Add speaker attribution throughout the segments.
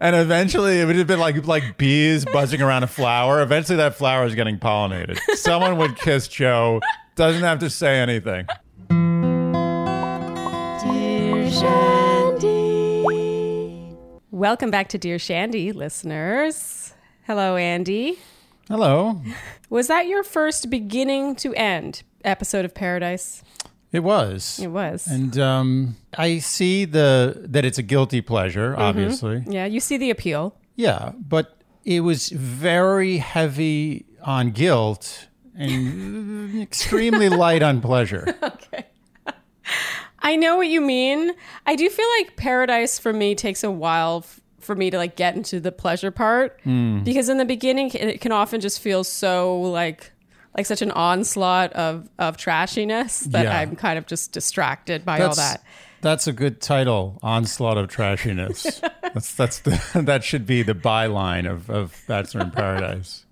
Speaker 1: And eventually, it would have been like like bees buzzing around a flower. Eventually, that flower is getting pollinated. Someone would kiss Joe. Doesn't have to say anything.
Speaker 2: Dear Shandy.
Speaker 3: Welcome back to Dear Shandy, listeners. Hello, Andy.
Speaker 1: Hello.
Speaker 3: Was that your first beginning to end episode of Paradise?
Speaker 1: It was.
Speaker 3: It was.
Speaker 1: And um, I see the that it's a guilty pleasure, obviously.
Speaker 3: yeah, you see the appeal.
Speaker 1: Yeah, but it was very heavy on guilt and extremely light on pleasure.
Speaker 3: I know what you mean. I do feel like Paradise for me takes a while f- for me to like get into the pleasure part
Speaker 1: Hmm.
Speaker 3: because in the beginning it can often just feel so like like such an onslaught of of trashiness that
Speaker 1: Yeah.
Speaker 3: I'm kind of just distracted by all that.
Speaker 1: That's a good title, onslaught of trashiness. that's that's the, that should be the byline of of Bachelor in Paradise.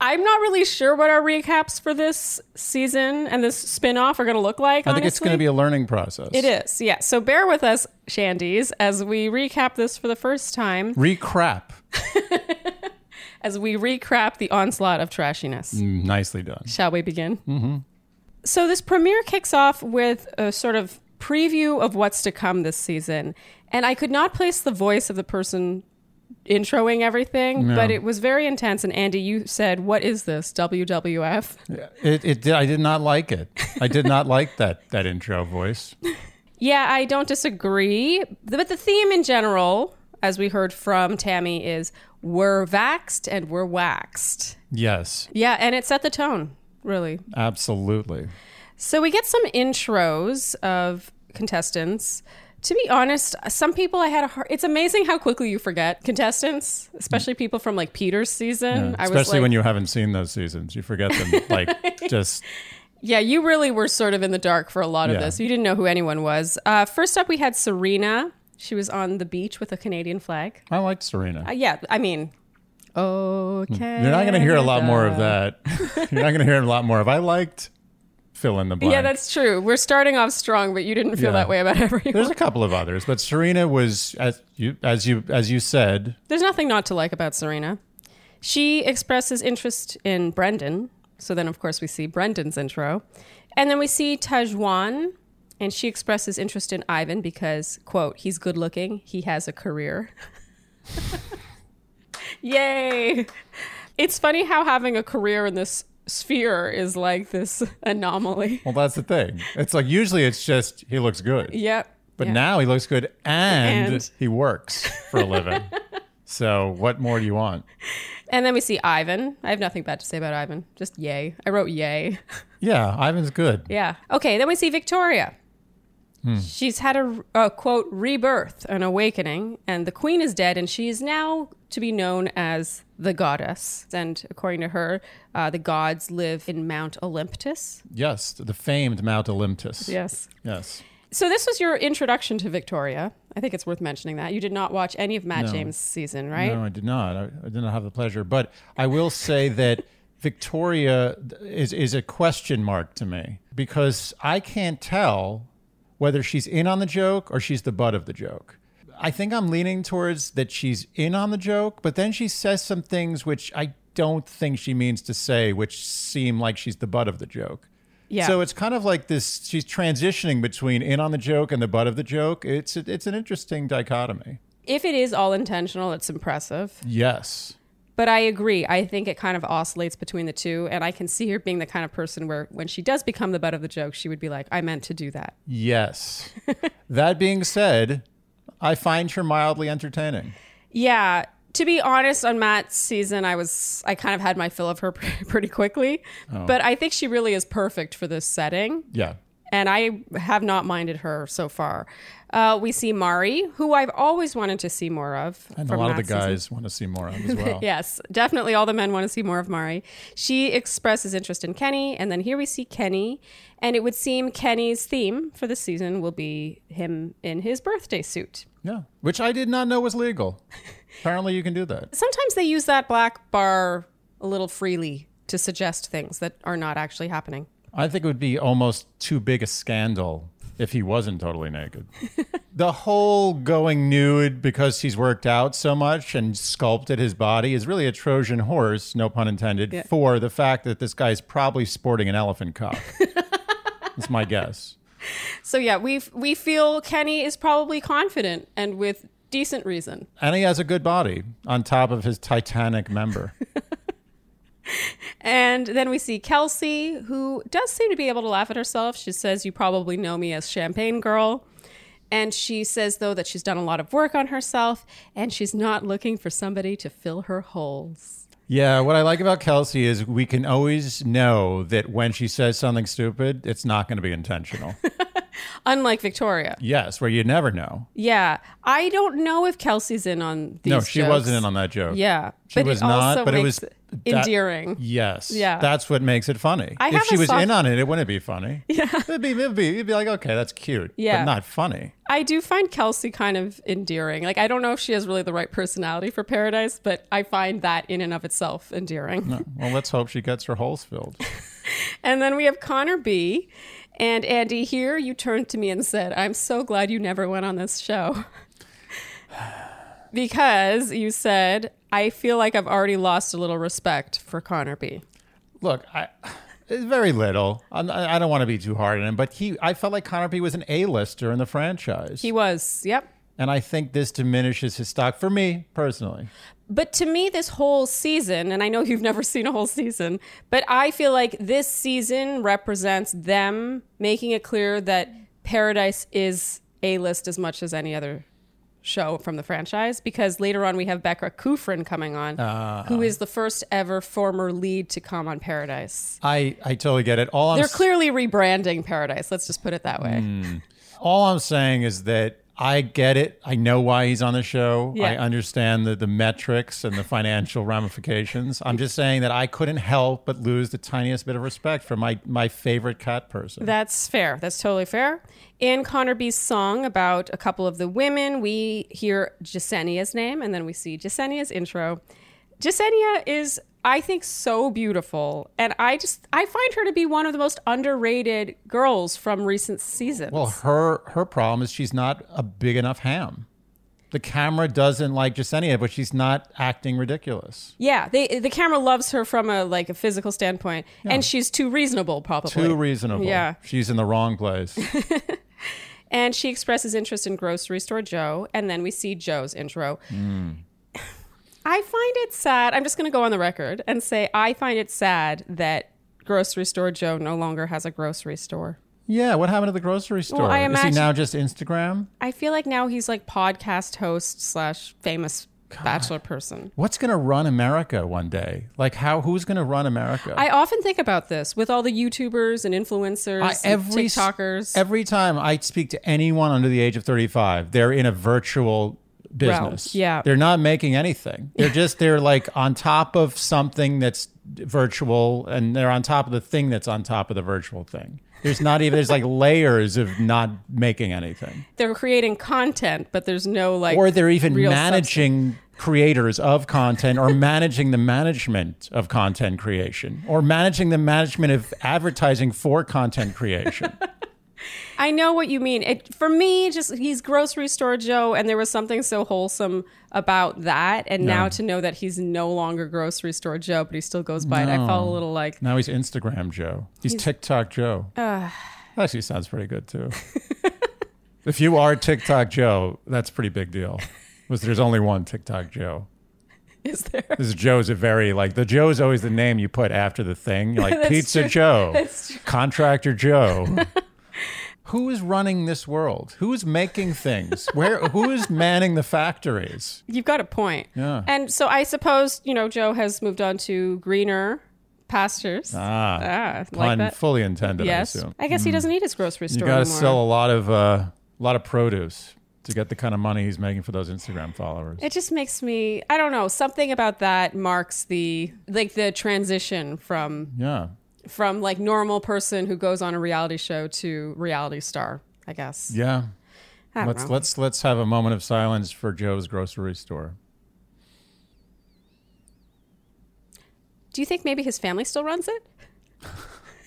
Speaker 3: I'm not really sure what our recaps for this season and this spin-off are going to look like.
Speaker 1: I think it's going to be a learning process.
Speaker 3: It is, yeah. So bear with us, Shandies, as we recap this for the first time,
Speaker 1: Recrap.
Speaker 3: as we recrap the onslaught of trashiness.
Speaker 1: Mm, Nicely done.
Speaker 3: Shall we begin? Mm-hmm. So this premiere kicks off with a sort of preview of what's to come this season, and I could not place the voice of the person introing everything, but it was very intense. And Andy, you said, "What is this? WWF?"
Speaker 1: It, it did, I did not like it. I did not like that that intro voice.
Speaker 3: Yeah, I don't disagree. But the theme in general, as we heard from Tammy, is we're vaxxed and we're waxed.
Speaker 1: Yes,
Speaker 3: Yeah, and it set the tone, really.
Speaker 1: absolutely.
Speaker 3: So we get some intros of contestants. To be honest, some people I had a hard. It's amazing how quickly you forget contestants, especially people from like Peter's season. I
Speaker 1: Especially
Speaker 3: was like,
Speaker 1: when you haven't seen those seasons, you forget them. Like just
Speaker 3: yeah, you really were sort of in the dark for a lot of
Speaker 1: Yeah.
Speaker 3: this. You didn't know who anyone was. Uh, first up, we had Serena. She was on the beach with a Canadian flag.
Speaker 1: I liked Serena.
Speaker 3: Uh, yeah, I mean, okay.
Speaker 1: You're not going to hear a lot more of that. You're not going to hear a lot more of I liked fill in the blank.
Speaker 3: Yeah, that's true. We're starting off strong, but you didn't feel
Speaker 1: Yeah.
Speaker 3: that way about everyone.
Speaker 1: There's
Speaker 3: There's,
Speaker 1: a couple of others, but Serena was as you as you as you said.
Speaker 3: nothing not to like about Serena. She expresses interest in Brendan. So then, of course, we see Brendan's intro. And then we see Tajwan, and she expresses interest in Ivan because, quote, he's good looking, he has a career. Yay! It's funny how having a career in this sphere is like this anomaly.
Speaker 1: Well, that's the thing. It's like usually it's just he looks good,
Speaker 3: Yep.
Speaker 1: but
Speaker 3: Yeah.
Speaker 1: now he looks good and,
Speaker 3: And-
Speaker 1: he works for a living. so what more do you want?
Speaker 3: And then we see Ivan. I have nothing bad to say about Ivan. Just yay. I wrote yay.
Speaker 1: Yeah, Ivan's good.
Speaker 3: Yeah. Okay. Then we see Victoria. She's had a, a quote rebirth, an awakening, and the queen is dead, and she is now to be known as the goddess. And according to her, uh, the gods live in Mount Olympus.
Speaker 1: Yes, the famed Mount Olympus.
Speaker 3: Yes.
Speaker 1: Yes.
Speaker 3: So this was your introduction to Victoria. I think it's worth mentioning that you did not watch any of Matt James' season, right?
Speaker 1: No, I did not. I, I did not have the pleasure. But I will say that Victoria is is a question mark to me because I can't tell whether she's in on the joke or she's the butt of the joke. I think I'm leaning towards that she's in on the joke, but then she says some things which I don't think she means to say, which seem like she's the butt of the joke.
Speaker 3: Yeah.
Speaker 1: So it's kind of like this. She's transitioning between in on the joke and the butt of the joke. It's it's an interesting dichotomy.
Speaker 3: if it is all intentional, it's impressive.
Speaker 1: Yes.
Speaker 3: But I agree. I think it kind of oscillates between the two. And I can see her being the kind of person where when she does become the butt of the joke, she would be like, I meant to do that.
Speaker 1: Yes. that being said, I find her mildly entertaining.
Speaker 3: Yeah. To be honest, on Matt's season, I was, I kind of had my fill of her pretty quickly.
Speaker 1: Oh.
Speaker 3: But I think she really is perfect for this setting.
Speaker 1: Yeah.
Speaker 3: And I have not minded her so far. Uh, we see Mari, who I've always wanted to see more of.
Speaker 1: And
Speaker 3: from
Speaker 1: a lot of the
Speaker 3: Matt's season.
Speaker 1: guys want to see more of as well.
Speaker 3: Yes, definitely. All the men want to see more of Mari. She expresses interest in Kenny, and then here we see Kenny, and it would seem Kenny's theme for the season will be him in his birthday suit.
Speaker 1: Yeah. Which I did not know was legal. Apparently you can do that.
Speaker 3: Sometimes they use that black bar a little freely to suggest things that are not actually happening.
Speaker 1: I think it would be almost too big a scandal if he wasn't totally naked. the whole going nude because he's worked out so much and sculpted his body is really a Trojan horse, no pun intended,
Speaker 3: Yeah.
Speaker 1: for the fact that this guy's probably sporting an elephant cock. That's my guess.
Speaker 3: So yeah, we we feel Kenny is probably confident and with decent reason.
Speaker 1: And he has a good body on top of his titanic member.
Speaker 3: And then we see Kelsey, who does seem to be able to laugh at herself. She says, You probably know me as Champagne Girl. And she says, though, that she's done a lot of work on herself and she's not looking for somebody to fill her holes.
Speaker 1: Yeah, what I like about Kelsey is we can always know that when she says something stupid, it's not going to be intentional.
Speaker 3: Unlike Victoria.
Speaker 1: yes, where you never know.
Speaker 3: Yeah. I don't know if Kelsey's in on these
Speaker 1: no, she
Speaker 3: jokes.
Speaker 1: wasn't in on that joke.
Speaker 3: Yeah.
Speaker 1: She was not, but it was that-
Speaker 3: endearing.
Speaker 1: Yes.
Speaker 3: Yeah.
Speaker 1: That's what makes it funny.
Speaker 3: I
Speaker 1: if
Speaker 3: have
Speaker 1: she
Speaker 3: a
Speaker 1: was
Speaker 3: soft-
Speaker 1: in on it, it wouldn't be funny. Yeah. It'd be, it'd be, it'd be like, okay, that's cute. But
Speaker 3: Yeah.
Speaker 1: not funny.
Speaker 3: I do find Kelsey kind of endearing. Like, I don't know if she has really the right personality for Paradise, but I find that in and of itself endearing.
Speaker 1: Well, let's hope she gets her holes filled.
Speaker 3: And then we have Connor B. And Andy, here you turned to me and said, I'm so glad you never went on this show. because you said, I feel like I've already lost a little respect for Connor B.
Speaker 1: Look, I. it's Very little. I'm, I I don't want to be too hard on him, but he. I felt like Connor B was an A-lister in the franchise,
Speaker 3: He was, yep.
Speaker 1: and I think this diminishes his stock for me personally.
Speaker 3: But to me, this whole season, and I know you've never seen a whole season, but I feel like this season represents them making it clear that Paradise is A list as much as any other show from the franchise. Because later on, we have Becca Kufrin coming on, who is the first ever former lead to come on Paradise.
Speaker 1: I, I totally get it. All I'm
Speaker 3: They're
Speaker 1: s-
Speaker 3: clearly rebranding Paradise. Let's just put it that way.
Speaker 1: all I'm saying is that I get it. I know why he's on the show.
Speaker 3: Yeah.
Speaker 1: I understand the, the metrics and the financial ramifications. I'm just saying that I couldn't help but lose the tiniest bit of respect for my, my favorite cat person.
Speaker 3: That's fair. That's totally fair. In Connor B's song about a couple of the women, we hear Jasenia's name and then we see Jasenia's intro. Jasenia is, I think, so beautiful. And I just, I find her to be one of the most underrated girls from recent seasons.
Speaker 1: well, her her problem is she's not a big enough ham. The camera doesn't like Jasenia, but she's not acting ridiculous.
Speaker 3: yeah, they, the camera loves her from a like a physical standpoint, and she's too reasonable, probably.
Speaker 1: Too reasonable.
Speaker 3: Yeah.
Speaker 1: She's in the wrong place.
Speaker 3: And she expresses interest in grocery store Joe. And then we see Joe's intro.
Speaker 1: Hmm.
Speaker 3: I find it sad. I'm just going to go on the record and say I find it sad that grocery store Joe no longer has a grocery store.
Speaker 1: yeah, what happened to the grocery store?
Speaker 3: I
Speaker 1: is
Speaker 3: imagine-
Speaker 1: he now just Instagram?
Speaker 3: I feel like now he's like podcast host slash famous bachelor person.
Speaker 1: What's going to run America one day? Like how who's going to run America?
Speaker 3: I often think about this with all the YouTubers and influencers,
Speaker 1: I- every
Speaker 3: and
Speaker 1: s-
Speaker 3: TikTokers.
Speaker 1: Every time I speak to anyone under the age of 35, they're in a virtual business.
Speaker 3: yeah.
Speaker 1: They're not making anything. They're just they're like on top of something that's virtual and they're on top of the thing that's on top of the virtual thing. There's not even there's like layers of not making anything.
Speaker 3: They're creating content, but there's no like.
Speaker 1: Or they're even
Speaker 3: real
Speaker 1: managing creators of content or managing the management of content creation or managing the management of advertising for content creation.
Speaker 3: I know what you mean. It, for me, just he's grocery store Joe, and there was something so wholesome about that. And now to know that he's no longer grocery store Joe, but he still goes by it, I felt a little like
Speaker 1: Now he's Instagram Joe. He's, TikTok Joe. that actually sounds pretty good too. if you are TikTok Joe, that's a pretty big deal. Was there's only one TikTok Joe.
Speaker 3: is there?
Speaker 1: This Joe's a very like the Joe's always the name you put after the thing. You're like
Speaker 3: That's
Speaker 1: Pizza
Speaker 3: true.
Speaker 1: Joe.
Speaker 3: That's true.
Speaker 1: Contractor Joe. who is running this world? Who is making things? Where who is manning the factories?
Speaker 3: You've got a point.
Speaker 1: Yeah.
Speaker 3: And so I suppose you know Joe has moved on to greener pastures.
Speaker 1: Ah,
Speaker 3: ah like
Speaker 1: pun
Speaker 3: that.
Speaker 1: fully intended, I
Speaker 3: Yes,
Speaker 1: assume. Hmm.
Speaker 3: I guess he doesn't need his grocery
Speaker 1: You
Speaker 3: store
Speaker 1: got to
Speaker 3: anymore.
Speaker 1: sell a lot of uh, a lot of produce to get the kind of money he's making for those Instagram followers.
Speaker 3: It just makes me, I don't know, something about that marks the like the transition from
Speaker 1: yeah,
Speaker 3: from like normal person who goes on a reality show to reality star, I guess.
Speaker 1: yeah.
Speaker 3: I don't
Speaker 1: Let's
Speaker 3: know.
Speaker 1: let's let's have a moment of silence for Joe's grocery store.
Speaker 3: Do you think maybe his family still runs it?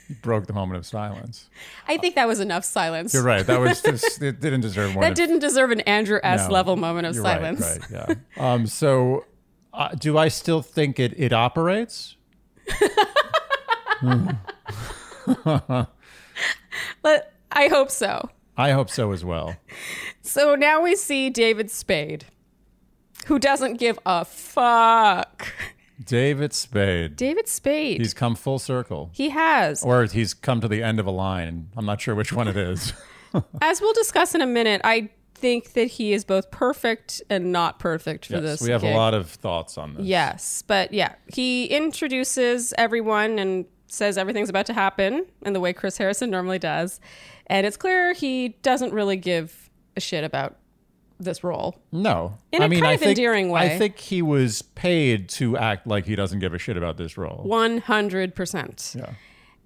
Speaker 1: You broke the moment of silence.
Speaker 3: I think that was enough silence.
Speaker 1: You're right. That was just, it didn't deserve more.
Speaker 3: That
Speaker 1: than-
Speaker 3: didn't deserve an Andrew S.
Speaker 1: No.
Speaker 3: level moment of
Speaker 1: You're right,
Speaker 3: silence.
Speaker 1: Right, Yeah. Um, so, uh, do I still think it it operates?
Speaker 3: But I hope so.
Speaker 1: I hope so as well.
Speaker 3: So now we see David Spade, who doesn't give a fuck.
Speaker 1: David Spade.
Speaker 3: David Spade.
Speaker 1: He's Oh. come full circle,
Speaker 3: he has.
Speaker 1: or he's come to the end of a line. and I'm not sure which one it is.
Speaker 3: As we'll discuss in a minute, I think that he is both perfect and not perfect for
Speaker 1: yes,
Speaker 3: this.
Speaker 1: we have
Speaker 3: gig.
Speaker 1: a lot of thoughts on this.
Speaker 3: Yes, but yeah, he introduces everyone and says everything's about to happen in the way Chris Harrison normally does. And it's clear he doesn't really give a shit about this role.
Speaker 1: No.
Speaker 3: In
Speaker 1: I
Speaker 3: a
Speaker 1: mean,
Speaker 3: kind
Speaker 1: I
Speaker 3: of
Speaker 1: think,
Speaker 3: endearing way.
Speaker 1: I think he was paid to act like he doesn't give a shit about this role.
Speaker 3: 100%.
Speaker 1: Yeah.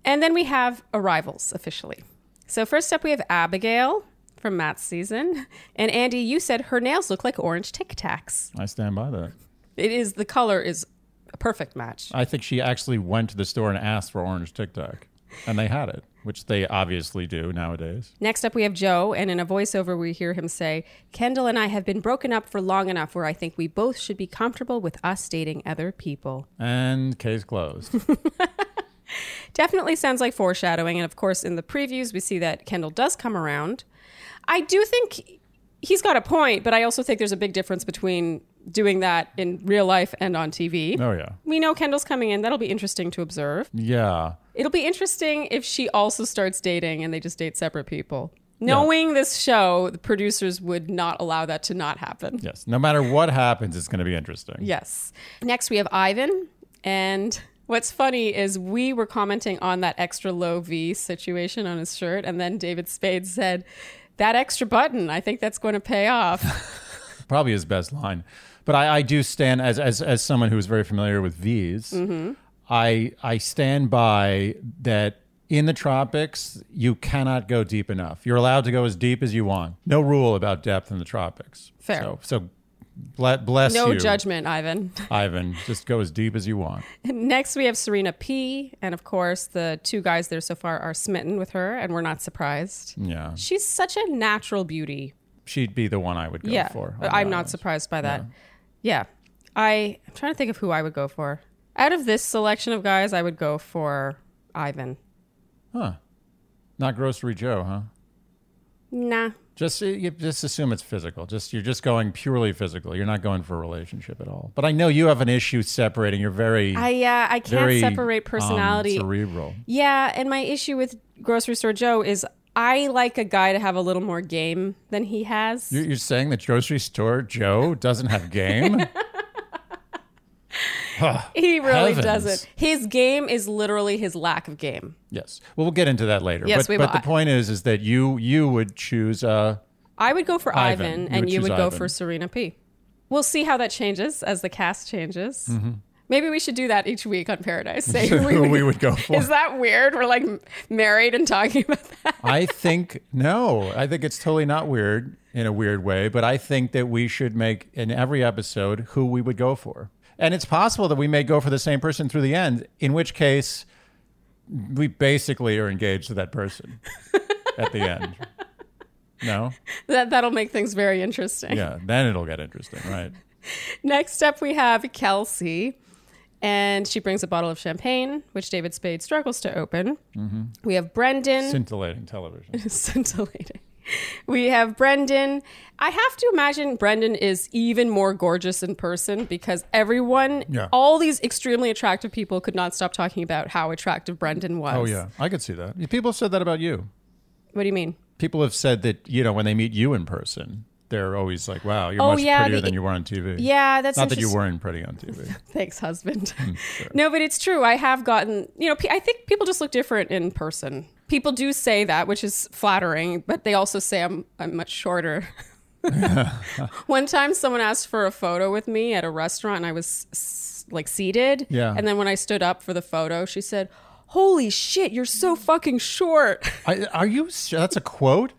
Speaker 3: And then we have arrivals officially. So first up, we have Abigail from Matt's season. And Andy, you said her nails look like orange Tic Tacs.
Speaker 1: I stand by that.
Speaker 3: It is the color is a perfect match.
Speaker 1: I think she actually went to the store and asked for orange Tic Tac, and they had it, which they obviously do nowadays.
Speaker 3: Next up, we have Joe, and in a voiceover, we hear him say, Kendall and I have been broken up for long enough where I think we both should be comfortable with us dating other people.
Speaker 1: And case closed.
Speaker 3: Definitely sounds like foreshadowing, and of course, in the previews, we see that Kendall does come around. I do think he's got a point, but I also think there's a big difference between doing that in real life and on TV.
Speaker 1: oh yeah,
Speaker 3: We know Kendall's coming in. That'll be interesting to observe.
Speaker 1: yeah.
Speaker 3: It'll be interesting if she also starts dating and they just date separate people. Knowing this show, the producers would not allow that to not happen.
Speaker 1: Yes. No matter what happens, it's going to be interesting.
Speaker 3: Yes. Next, we have Ivan. And what's funny is we were commenting on that extra low V situation on his shirt. And then David Spade said, That extra button, I think that's going to pay off.
Speaker 1: Probably his best line. But I, I do stand as as as someone who is very familiar with V's.
Speaker 3: Mm-hmm.
Speaker 1: I I stand by that. In the tropics, you cannot go deep enough. You're allowed to go as deep as you want. No rule about depth in the tropics.
Speaker 3: Fair.
Speaker 1: So, so ble- bless
Speaker 3: No
Speaker 1: you,
Speaker 3: judgment, Ivan.
Speaker 1: Ivan. Just go as deep as you want.
Speaker 3: Next, we have Serena P. And of course, the two guys there so far are smitten with her, and we're not surprised.
Speaker 1: Yeah.
Speaker 3: She's such a natural beauty.
Speaker 1: she'd be the one I would go
Speaker 3: yeah,
Speaker 1: for.
Speaker 3: but I'm not surprised by that. Yeah. I, I'm trying to think of who I would go for. Out of this selection of guys, I would go for Ivan.
Speaker 1: Not grocery Joe, huh?
Speaker 3: Nah.
Speaker 1: Just uh, you just assume it's physical. Just you're just going purely physical. You're not going for a relationship at all. But I know you have an issue separating. You're very
Speaker 3: I yeah, I can't
Speaker 1: very
Speaker 3: separate
Speaker 1: um,
Speaker 3: personality.
Speaker 1: cerebral.
Speaker 3: yeah, and my issue with grocery store Joe is I like a guy to have a little more game than he has.
Speaker 1: You're, you're saying that grocery store Joe doesn't have game.
Speaker 3: he really
Speaker 1: Heavens.
Speaker 3: doesn't. His game is literally his lack of game.
Speaker 1: yes. Well, we'll get into that later.
Speaker 3: Yes,
Speaker 1: but,
Speaker 3: we
Speaker 1: but
Speaker 3: will.
Speaker 1: the point is, is that you you would choose. Uh,
Speaker 3: I would go for
Speaker 1: Ivan.
Speaker 3: Ivan,
Speaker 1: You
Speaker 3: and
Speaker 1: would
Speaker 3: you
Speaker 1: choose
Speaker 3: would go
Speaker 1: Ivan.
Speaker 3: for Serena P. We'll see how that changes as the cast changes.
Speaker 1: Mm-hmm.
Speaker 3: Maybe we should do that each week on Paradise. Say who we
Speaker 1: who
Speaker 3: would-
Speaker 1: we would go for.
Speaker 3: Is that weird? We're like m- married and talking about that.
Speaker 1: I think no. I think it's totally not weird in a weird way, but I think that we should make in every episode who we would go for. And it's possible that we may go for the same person through the end, in which case we basically are engaged to that person at the end. No?
Speaker 3: that. That'll make things very interesting.
Speaker 1: Yeah, then it'll get interesting, right?
Speaker 3: Next up, we have Kelsey, and she brings a bottle of champagne, which David Spade struggles to open.
Speaker 1: Mm-hmm.
Speaker 3: We have Brendan.
Speaker 1: Scintillating television.
Speaker 3: scintillating. We have Brendan. I have to imagine Brendan is even more gorgeous in person because everyone,
Speaker 1: Yeah.
Speaker 3: all these extremely attractive people could not stop talking about how attractive Brendan was.
Speaker 1: Oh yeah, I could see that. People have said that about you.
Speaker 3: What do you mean?
Speaker 1: People have said that, you know, when they meet you in person, they're always like, wow, you're
Speaker 3: Oh,
Speaker 1: much
Speaker 3: yeah,
Speaker 1: prettier
Speaker 3: the-
Speaker 1: than you were on TV.
Speaker 3: Yeah, that's
Speaker 1: Not that you
Speaker 3: interesting.
Speaker 1: weren't pretty on TV.
Speaker 3: Thanks, husband.
Speaker 1: Hmm,
Speaker 3: No, but it's true. I have gotten, you know, pe- I think people just look different in person. People do say that, which is flattering, but they also say I'm, I'm much shorter. One time someone asked for a photo with me at a restaurant and I was s- like seated.
Speaker 1: Yeah.
Speaker 3: And then when I stood up for the photo, she said, Holy shit, you're so fucking short.
Speaker 1: I, are you? s- That's a quote,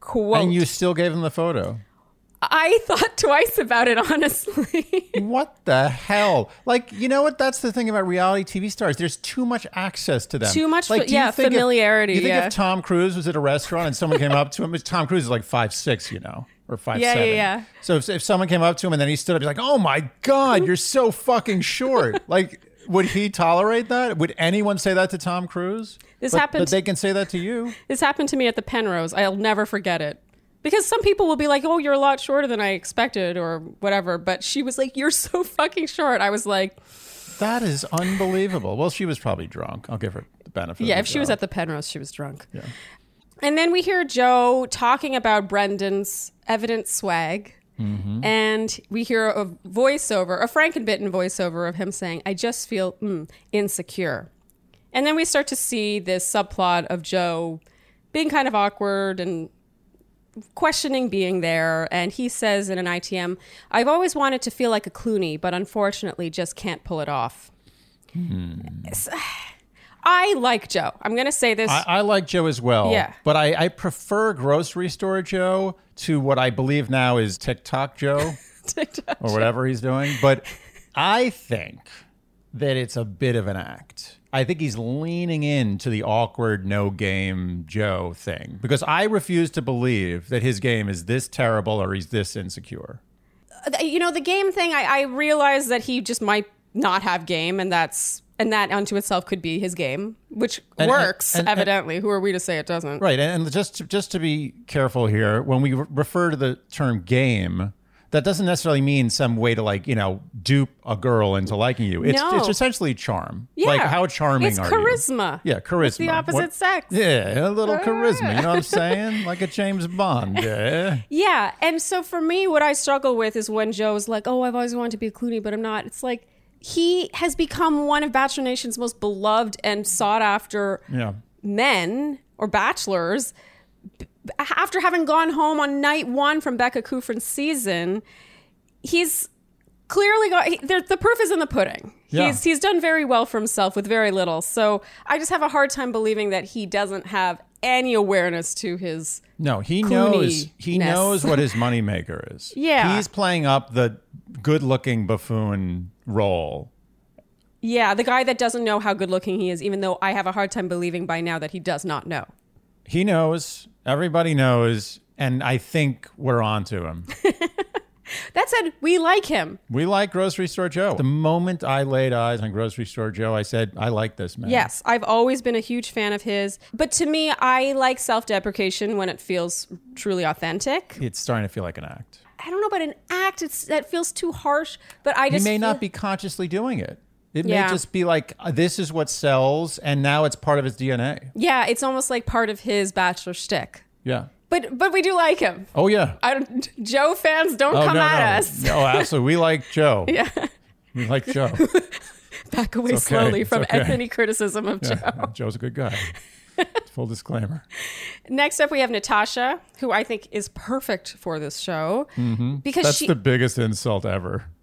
Speaker 3: Quote.
Speaker 1: Oh. and you still gave him the photo.
Speaker 3: I thought twice about it, honestly.
Speaker 1: What the hell? Like, you know what? That's the thing about reality TV stars. There's too much access to them.
Speaker 3: Too much
Speaker 1: like,
Speaker 3: fa-
Speaker 1: do you
Speaker 3: yeah,
Speaker 1: think if-
Speaker 3: familiarity,
Speaker 1: you think
Speaker 3: yeah.
Speaker 1: if Tom Cruise was at a restaurant and someone came up to him, but Tom Cruise is like five six, you know, or five
Speaker 3: Yeah, yeah,
Speaker 1: seven.
Speaker 3: yeah.
Speaker 1: So if, if someone came up to him and then he stood up, he's like, "Oh my god, you're so fucking short." like, would he tolerate that? Would anyone say that to Tom Cruise?
Speaker 3: This
Speaker 1: but,
Speaker 3: happened-
Speaker 1: But they can say that to you.
Speaker 3: this happened to me at the Penrose. I'll never forget it. Because some people will be like, oh, you're a lot shorter than I expected or whatever. But she was like, you're so fucking short. I was like,
Speaker 1: That is unbelievable. Well, she was probably drunk. I'll give her the benefit.
Speaker 3: yeah,
Speaker 1: of
Speaker 3: if she was at the Penrose, she was drunk.
Speaker 1: Yeah.
Speaker 3: And then we hear Joe talking about Brendan's evident swag. And we hear a voiceover, a Frankenbitten voiceover of him saying, I just feel mm, insecure. And then we start to see this subplot of Joe being kind of awkward and questioning being there. And he says in an ITM, I've always wanted to feel like a Clooney, but unfortunately just can't pull it off. It's- I like Joe. I'm going to say this.
Speaker 1: I, I like Joe as well.
Speaker 3: Yeah.
Speaker 1: But I, I prefer grocery store Joe to what I believe now is TikTok Joe
Speaker 3: TikTok.
Speaker 1: or whatever he's doing. But I think that it's a bit of an act. I think he's leaning into the awkward no game Joe thing because I refuse to believe that his game is this terrible or he's this insecure.
Speaker 3: you know the game thing I, I realized that he just might not have game and that's and that unto itself could be his game which
Speaker 1: and-
Speaker 3: works
Speaker 1: and- and-
Speaker 3: evidently who are we to say it doesn't
Speaker 1: Right, and and just to, just to be careful here, when we re- refer to the term game, that doesn't necessarily mean some way to like you know dupe a girl into liking you. It's
Speaker 3: No.
Speaker 1: it's essentially charm. Like
Speaker 3: Yeah.
Speaker 1: how charming
Speaker 3: It's
Speaker 1: are
Speaker 3: charisma.
Speaker 1: you? Yeah, charisma.
Speaker 3: the opposite
Speaker 1: What-
Speaker 3: sex
Speaker 1: Yeah, a little charisma. You know what I'm saying? Like a James Bond. Yeah.
Speaker 3: yeah and so for me what i struggle with is when joe's like oh i've always wanted to be a clooney but i'm not it's like he has become one of bachelor nation's most beloved and sought after
Speaker 1: Yeah.
Speaker 3: men or bachelors b- after having gone home on night one from Becca Kufrin's season, he's clearly got he, there- the proof is in the pudding.
Speaker 1: Yeah.
Speaker 3: He's he's done very well for himself with very little. So I just have a hard time believing that he doesn't have any awareness to his.
Speaker 1: No, he knows. He
Speaker 3: Clooney-ness.
Speaker 1: knows what his moneymaker is.
Speaker 3: Yeah.
Speaker 1: he's playing up the good-looking buffoon role.
Speaker 3: Yeah, the guy that doesn't know how good looking he is, even though I have a hard time believing by now that he does not know.
Speaker 1: He knows. Everybody knows. And I think we're on to him.
Speaker 3: That said, we like him.
Speaker 1: We like Grocery Store Joe. The moment I laid eyes on Grocery Store Joe, I said, I like this man.
Speaker 3: Yes, I've always been a huge fan of his. But to me, I like self deprecation when it feels truly authentic.
Speaker 1: It's starting to feel like an act.
Speaker 3: I don't know about an act, it's, that feels too harsh, but I
Speaker 1: He
Speaker 3: just.
Speaker 1: may
Speaker 3: feel-
Speaker 1: not be consciously doing it. It
Speaker 3: Yeah.
Speaker 1: may just be like, uh, this is what sells, and now it's part of his DNA.
Speaker 3: Yeah, it's almost like part of his bachelor shtick.
Speaker 1: Yeah.
Speaker 3: But but we do like him.
Speaker 1: Oh, yeah.
Speaker 3: I don't, Joe fans don't
Speaker 1: oh,
Speaker 3: Uh, come
Speaker 1: no,
Speaker 3: at
Speaker 1: no.
Speaker 3: us.
Speaker 1: No, absolutely. We like Joe. yeah. We like Joe.
Speaker 3: Back away
Speaker 1: It's okay.
Speaker 3: slowly
Speaker 1: It's
Speaker 3: from
Speaker 1: okay.
Speaker 3: any criticism of Joe.
Speaker 1: Joe's a good guy. Full disclaimer.
Speaker 3: Next up, we have Natasha, who I think is perfect for this show because
Speaker 1: Mm-hmm. That's
Speaker 3: she.
Speaker 1: the biggest insult ever.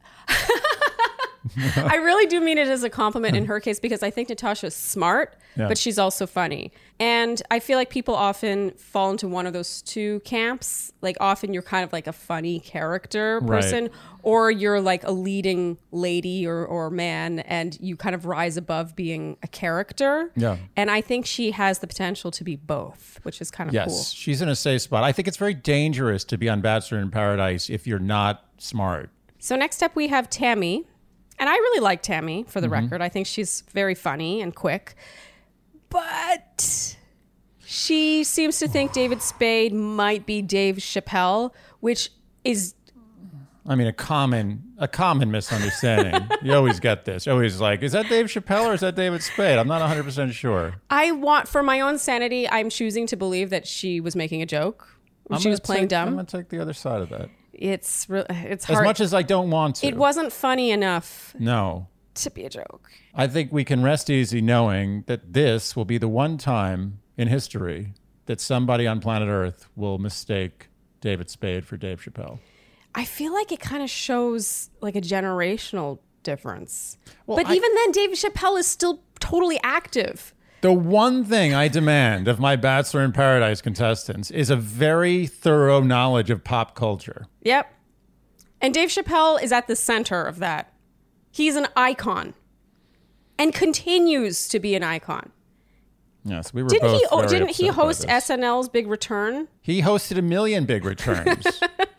Speaker 3: I really do mean it as a compliment in her case because I think Natasha's smart,
Speaker 1: Yeah.
Speaker 3: but she's also funny. And I feel like people often fall into one of those two camps. Like often you're kind of like a funny character
Speaker 1: Right.
Speaker 3: person or you're like a leading lady or, or man and you kind of rise above being a character.
Speaker 1: Yeah.
Speaker 3: And I think she has the potential to be both, which is kind of
Speaker 1: Yes,
Speaker 3: cool.
Speaker 1: she's in a safe spot. I think it's very dangerous to be on Bachelor in Paradise if you're not smart.
Speaker 3: So next up we have Tammy. And I really like Tammy for the
Speaker 1: Mm-hmm.
Speaker 3: record. I think she's very funny and quick. But she seems to think David Spade might be Dave Chappelle, which is
Speaker 1: I mean, a common a common misunderstanding. you always get this. You're always like, is that Dave Chappelle or is that David Spade? I'm not 100 percent sure.
Speaker 3: I want for my own sanity, I'm choosing to believe that she was making a joke. she was playing
Speaker 1: I'm
Speaker 3: dumb.
Speaker 1: gonna take the other side of that.
Speaker 3: it's re- it's
Speaker 1: As
Speaker 3: hard.
Speaker 1: much as I don't want to.
Speaker 3: it wasn't funny enough
Speaker 1: no.
Speaker 3: to be a joke.
Speaker 1: I think we can rest easy knowing that this will be the one time in history that somebody on planet Earth will mistake David Spade for Dave Chappelle.
Speaker 3: I feel like it kind of shows like a generational difference.
Speaker 1: Well,
Speaker 3: but
Speaker 1: I-
Speaker 3: even then, Dave Chappelle is still totally active.
Speaker 1: The one thing I demand of my Bachelor in Paradise contestants is a very thorough knowledge of pop culture.
Speaker 3: Yep. And Dave Chappelle is at the center of that. He's an icon and continues to be an icon.
Speaker 1: Yes, we were
Speaker 3: Didn't
Speaker 1: both
Speaker 3: he oh,
Speaker 1: very
Speaker 3: didn't he
Speaker 1: upset by
Speaker 3: host
Speaker 1: this.
Speaker 3: SNL's Big Return?
Speaker 1: He hosted a million big returns.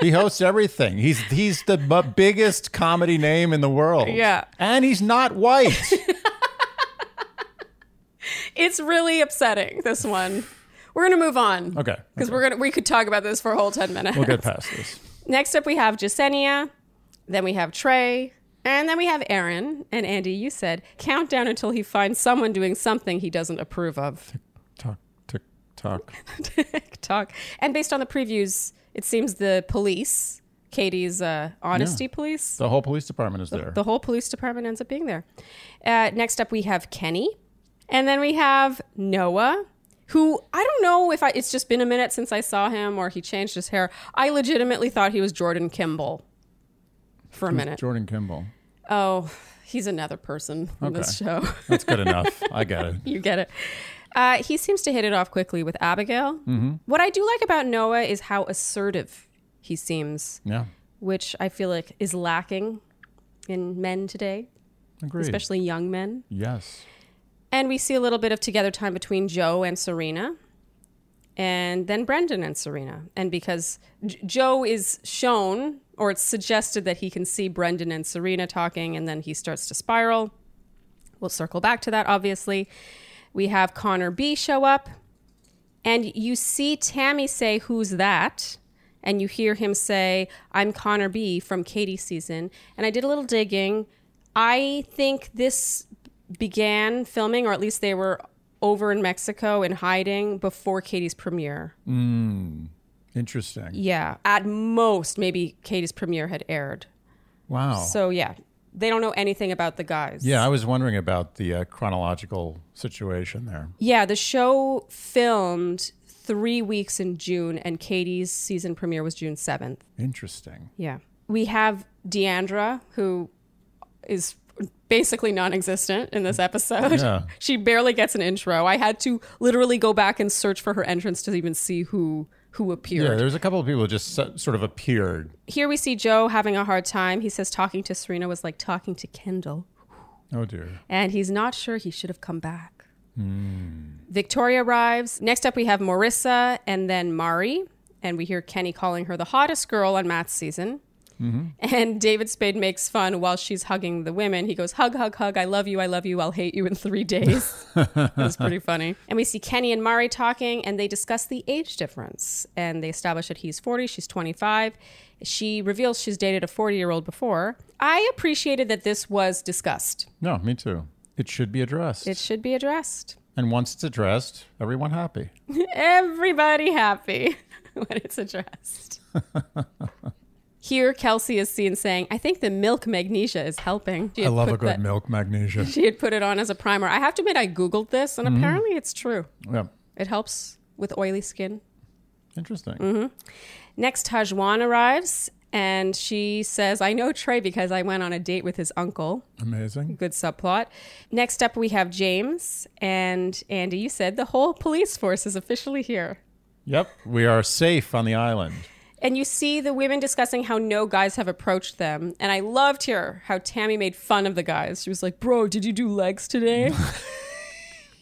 Speaker 1: he hosts everything. He's he's the b- biggest comedy name in the world.
Speaker 3: Yeah.
Speaker 1: and he's not white.
Speaker 3: It's really upsetting this one. We're going to move on.
Speaker 1: Okay,
Speaker 3: Cuz we're going to we could talk about this for a whole 10 minutes.
Speaker 1: we'll get past this.
Speaker 3: Next up, we have Jasenia, then we have Trey, and then we have Aaron. And Andy, you said count down until he finds someone doing something he doesn't approve of.
Speaker 1: Talk, tick, talk.
Speaker 3: TikTok. And based on the previews, it seems the police, Katie's uh, honesty police,
Speaker 1: The whole police department is there.
Speaker 3: the whole police department ends up being there. Uh, next up, we have Kenny, and then we have Noah. Who I don't know if I, it's just been a minute since I saw him or he changed his hair. I legitimately thought he was Jordan Kimball for a minute.
Speaker 1: Jordan Kimball.
Speaker 3: Oh, he's another person in this show.
Speaker 1: That's good enough. I got it.
Speaker 3: you get it. Uh, he seems to hit it off quickly with Abigail. What I do like about Noah is how assertive he seems,
Speaker 1: Yeah,
Speaker 3: which I feel like is lacking in men today,
Speaker 1: agreed.
Speaker 3: especially young men.
Speaker 1: yes.
Speaker 3: And we see a little bit of together time between Joe and Serena, and then Brendan and Serena. And because J- Joe is shown, or it's suggested that he can see Brendan and Serena talking, and then he starts to spiral. We'll circle back to that, obviously. We have Connor B show up, and you see Tammy say, Who's that? And you hear him say, I'm Connor B from Katie season. And I did a little digging. I think this began filming, or at least they were over in Mexico in hiding before Katie's premiere.
Speaker 1: Interesting.
Speaker 3: Yeah. At most, maybe Katie's premiere had aired.
Speaker 1: Wow.
Speaker 3: So, yeah, they don't know anything about the guys.
Speaker 1: yeah, I was wondering about the uh, chronological situation there.
Speaker 3: Yeah, the show filmed three weeks in June, and Katie's season premiere was June 7th.
Speaker 1: Interesting.
Speaker 3: Yeah. We have Deandra, who is basically non existent in this episode.
Speaker 1: Yeah.
Speaker 3: She barely gets an intro. I had to literally go back and search for her entrance to even see who who
Speaker 1: Yeah,
Speaker 3: appeared.
Speaker 1: there's a couple of people who just so, sort of appeared.
Speaker 3: Here we see Joe having a hard time. He says talking to Serena was like talking to Kendall.
Speaker 1: Oh dear.
Speaker 3: and he's not sure he should have come back. Victoria arrives. Next up, we have Marissa and then Mari. And we hear Kenny calling her the hottest girl on Matt's season. And David Spade makes fun while she's hugging the women. He goes, Hug, hug, hug. I love you. I love you. I'll hate you in three days. it was pretty funny. And we see Kenny and Mari talking, and they discuss the age difference. And they establish that he's 40, she's 25. She reveals she's dated a 40 year old before. I appreciated that this was discussed.
Speaker 1: No, me too. It should be addressed.
Speaker 3: It should be addressed.
Speaker 1: and once it's addressed, everyone happy.
Speaker 3: Everybody happy when it's addressed. Here, Kelsey is seen saying, I think the milk magnesia is helping. She
Speaker 1: I
Speaker 3: had
Speaker 1: love
Speaker 3: put
Speaker 1: a good
Speaker 3: that-
Speaker 1: milk magnesia.
Speaker 3: She had put it on as a primer. I have to admit, I Googled this,
Speaker 1: Mm-hmm.
Speaker 3: and apparently it's true.
Speaker 1: yeah.
Speaker 3: It helps with oily skin.
Speaker 1: Interesting.
Speaker 3: Mm-hmm. Next, Hajwan arrives, and she says, I know Trey because I went on a date with his uncle.
Speaker 1: Amazing.
Speaker 3: Good subplot. Next up, we have James. And Andy, you said the whole police force is officially here.
Speaker 1: Yep. We are safe on the island.
Speaker 3: And you see the women discussing how no guys have approached them. And I loved here how Tammy made fun of the guys. She was like, Bro, did you do legs today?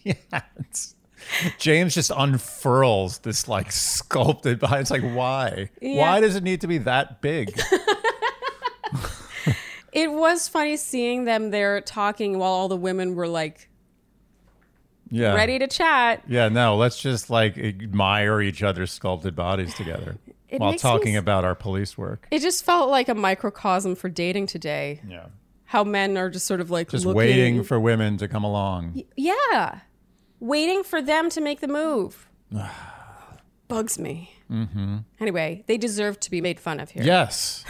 Speaker 1: It's- James just unfurls this like sculpted behind. It's like, why? Why does it need to be that big?
Speaker 3: it was funny seeing them there talking while all the women were like
Speaker 1: Yeah.
Speaker 3: ready to chat.
Speaker 1: Yeah, no, let's just like admire each other's sculpted bodies together
Speaker 3: It
Speaker 1: while
Speaker 3: makes me
Speaker 1: talking
Speaker 3: s-
Speaker 1: about our police work.
Speaker 3: It just felt like a microcosm for dating today.
Speaker 1: Yeah.
Speaker 3: How men are just sort of like
Speaker 1: Just
Speaker 3: looking-
Speaker 1: waiting for women to come along.
Speaker 3: Yeah. Waiting for them to make the move. Bugs me. Mm-hmm. Anyway, they deserve to be made fun of here.
Speaker 1: Yes.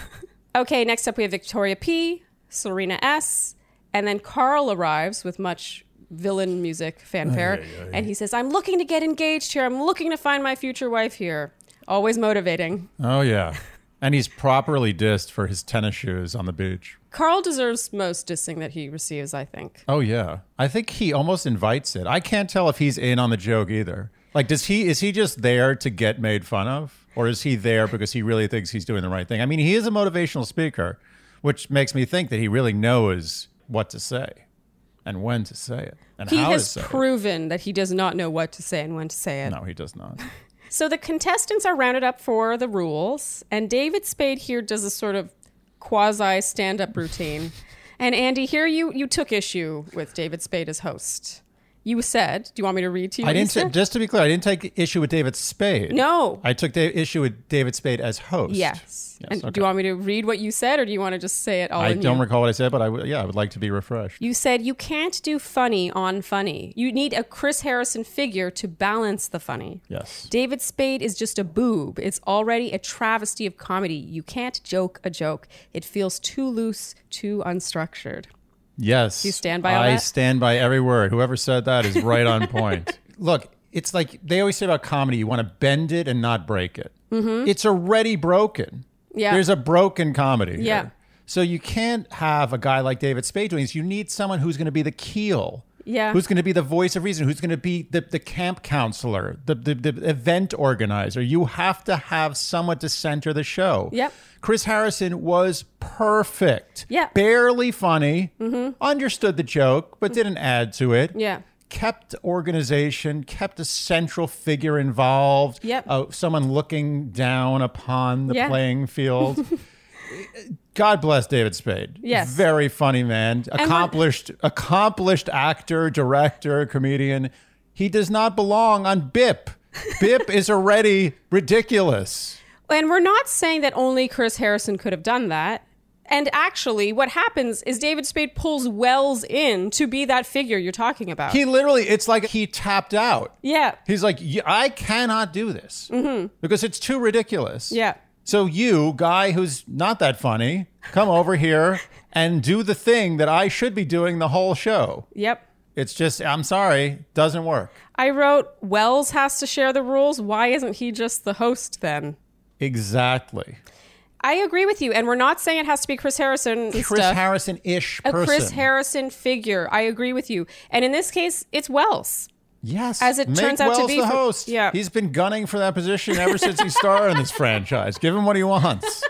Speaker 3: Okay, next up we have Victoria P, Serena S, and then Carl arrives with much villain music fanfare. And he says, I'm looking to get engaged here. I'm looking to find my future wife here. Always motivating.
Speaker 1: Oh, yeah. And he's properly dissed for his tennis shoes on the beach.
Speaker 3: Carl deserves most dissing that he receives, I think.
Speaker 1: Oh yeah. I think he almost invites it. I can't tell if he's in on the joke either. Like does he is he just there to get made fun of or is he there because he really thinks he's doing the right thing? I mean, he is a motivational speaker, which makes me think that he really knows what to say and when to say it and
Speaker 3: He
Speaker 1: how
Speaker 3: has
Speaker 1: to say
Speaker 3: proven that he does not know what to say and when to say it.
Speaker 1: it. No, he does not.
Speaker 3: So the contestants are rounded up for the rules, and David Spade here does a sort of quasi stand up routine. And Andy, here you, you took issue with David Spade as host. You said, Do you want me to read to you?
Speaker 1: I
Speaker 3: what you
Speaker 1: didn't. ta-
Speaker 3: said?
Speaker 1: just to be clear, I didn't take issue with David Spade.
Speaker 3: No.
Speaker 1: I took da- issue with David Spade as host.
Speaker 3: Yes.
Speaker 1: Yes,
Speaker 3: and
Speaker 1: okay.
Speaker 3: do you want me to read what you said, or do you want to just say it all
Speaker 1: I
Speaker 3: in
Speaker 1: don't
Speaker 3: you?
Speaker 1: recall what I said, but I w- yeah, I would like to be refreshed.
Speaker 3: You said you can't do funny on funny. You need a Chris Harrison figure to balance the funny.
Speaker 1: Yes.
Speaker 3: David Spade is just a boob. It's already a travesty of comedy. You can't joke a joke. It feels too loose, too unstructured.
Speaker 1: Yes. You
Speaker 3: stand by all
Speaker 1: I
Speaker 3: that?
Speaker 1: stand by every word. Whoever said that is right on point. Look, it's like they always say about comedy: you want to bend it and not break it. It's already broken.
Speaker 3: Mm-hmm. Yeah.
Speaker 1: There's a broken comedy. here.
Speaker 3: Yeah.
Speaker 1: So you can't have a guy like David Spade doing this. You need someone who's going to be the keel.
Speaker 3: Yeah.
Speaker 1: Who's going to be the voice of reason? Who's going to be the, the camp counselor, the, the, the event organizer? You have to have someone to center the show.
Speaker 3: Yep.
Speaker 1: Chris Harrison was perfect.
Speaker 3: Yeah.
Speaker 1: Barely funny, understood the joke, but didn't add to it.
Speaker 3: Mm-hmm. Yeah.
Speaker 1: Kept organization, kept a central figure involved.
Speaker 3: Yep.
Speaker 1: Uh, someone looking down upon the
Speaker 3: Yeah.
Speaker 1: playing field. God bless David Spade.
Speaker 3: Yes.
Speaker 1: Very funny man. Accomplished accomplished actor, director, comedian. He does not belong on BIP. BIP is already ridiculous.
Speaker 3: And we're not saying that only Chris Harrison could have done that. And actually, what happens is David Spade pulls Wells in to be that figure you're talking about.
Speaker 1: He literally it's like he tapped out.
Speaker 3: yeah.
Speaker 1: He's like, "Y- I cannot do this because it's too ridiculous.
Speaker 3: Mm-hmm. Yeah.
Speaker 1: So you, guy who's not that funny, come over here and do the thing that I should be doing the whole show.
Speaker 3: Yep.
Speaker 1: It's just, I'm sorry, doesn't work.
Speaker 3: I wrote Wells has to share the rules. Why isn't he just the host then?
Speaker 1: Exactly.
Speaker 3: I agree with you, and we're not saying it has to be Chris Harrison. and
Speaker 1: Chris
Speaker 3: stuff.
Speaker 1: Harrison ish
Speaker 3: a
Speaker 1: person.
Speaker 3: Chris Harrison figure. I agree with you. And in this case, it's Wells.
Speaker 1: Yes.
Speaker 3: as it
Speaker 1: Make
Speaker 3: turns out to
Speaker 1: Wells
Speaker 3: be
Speaker 1: the
Speaker 3: for-
Speaker 1: host.
Speaker 3: yeah.
Speaker 1: He's been gunning for that position ever since he started in this franchise. Give him what he wants.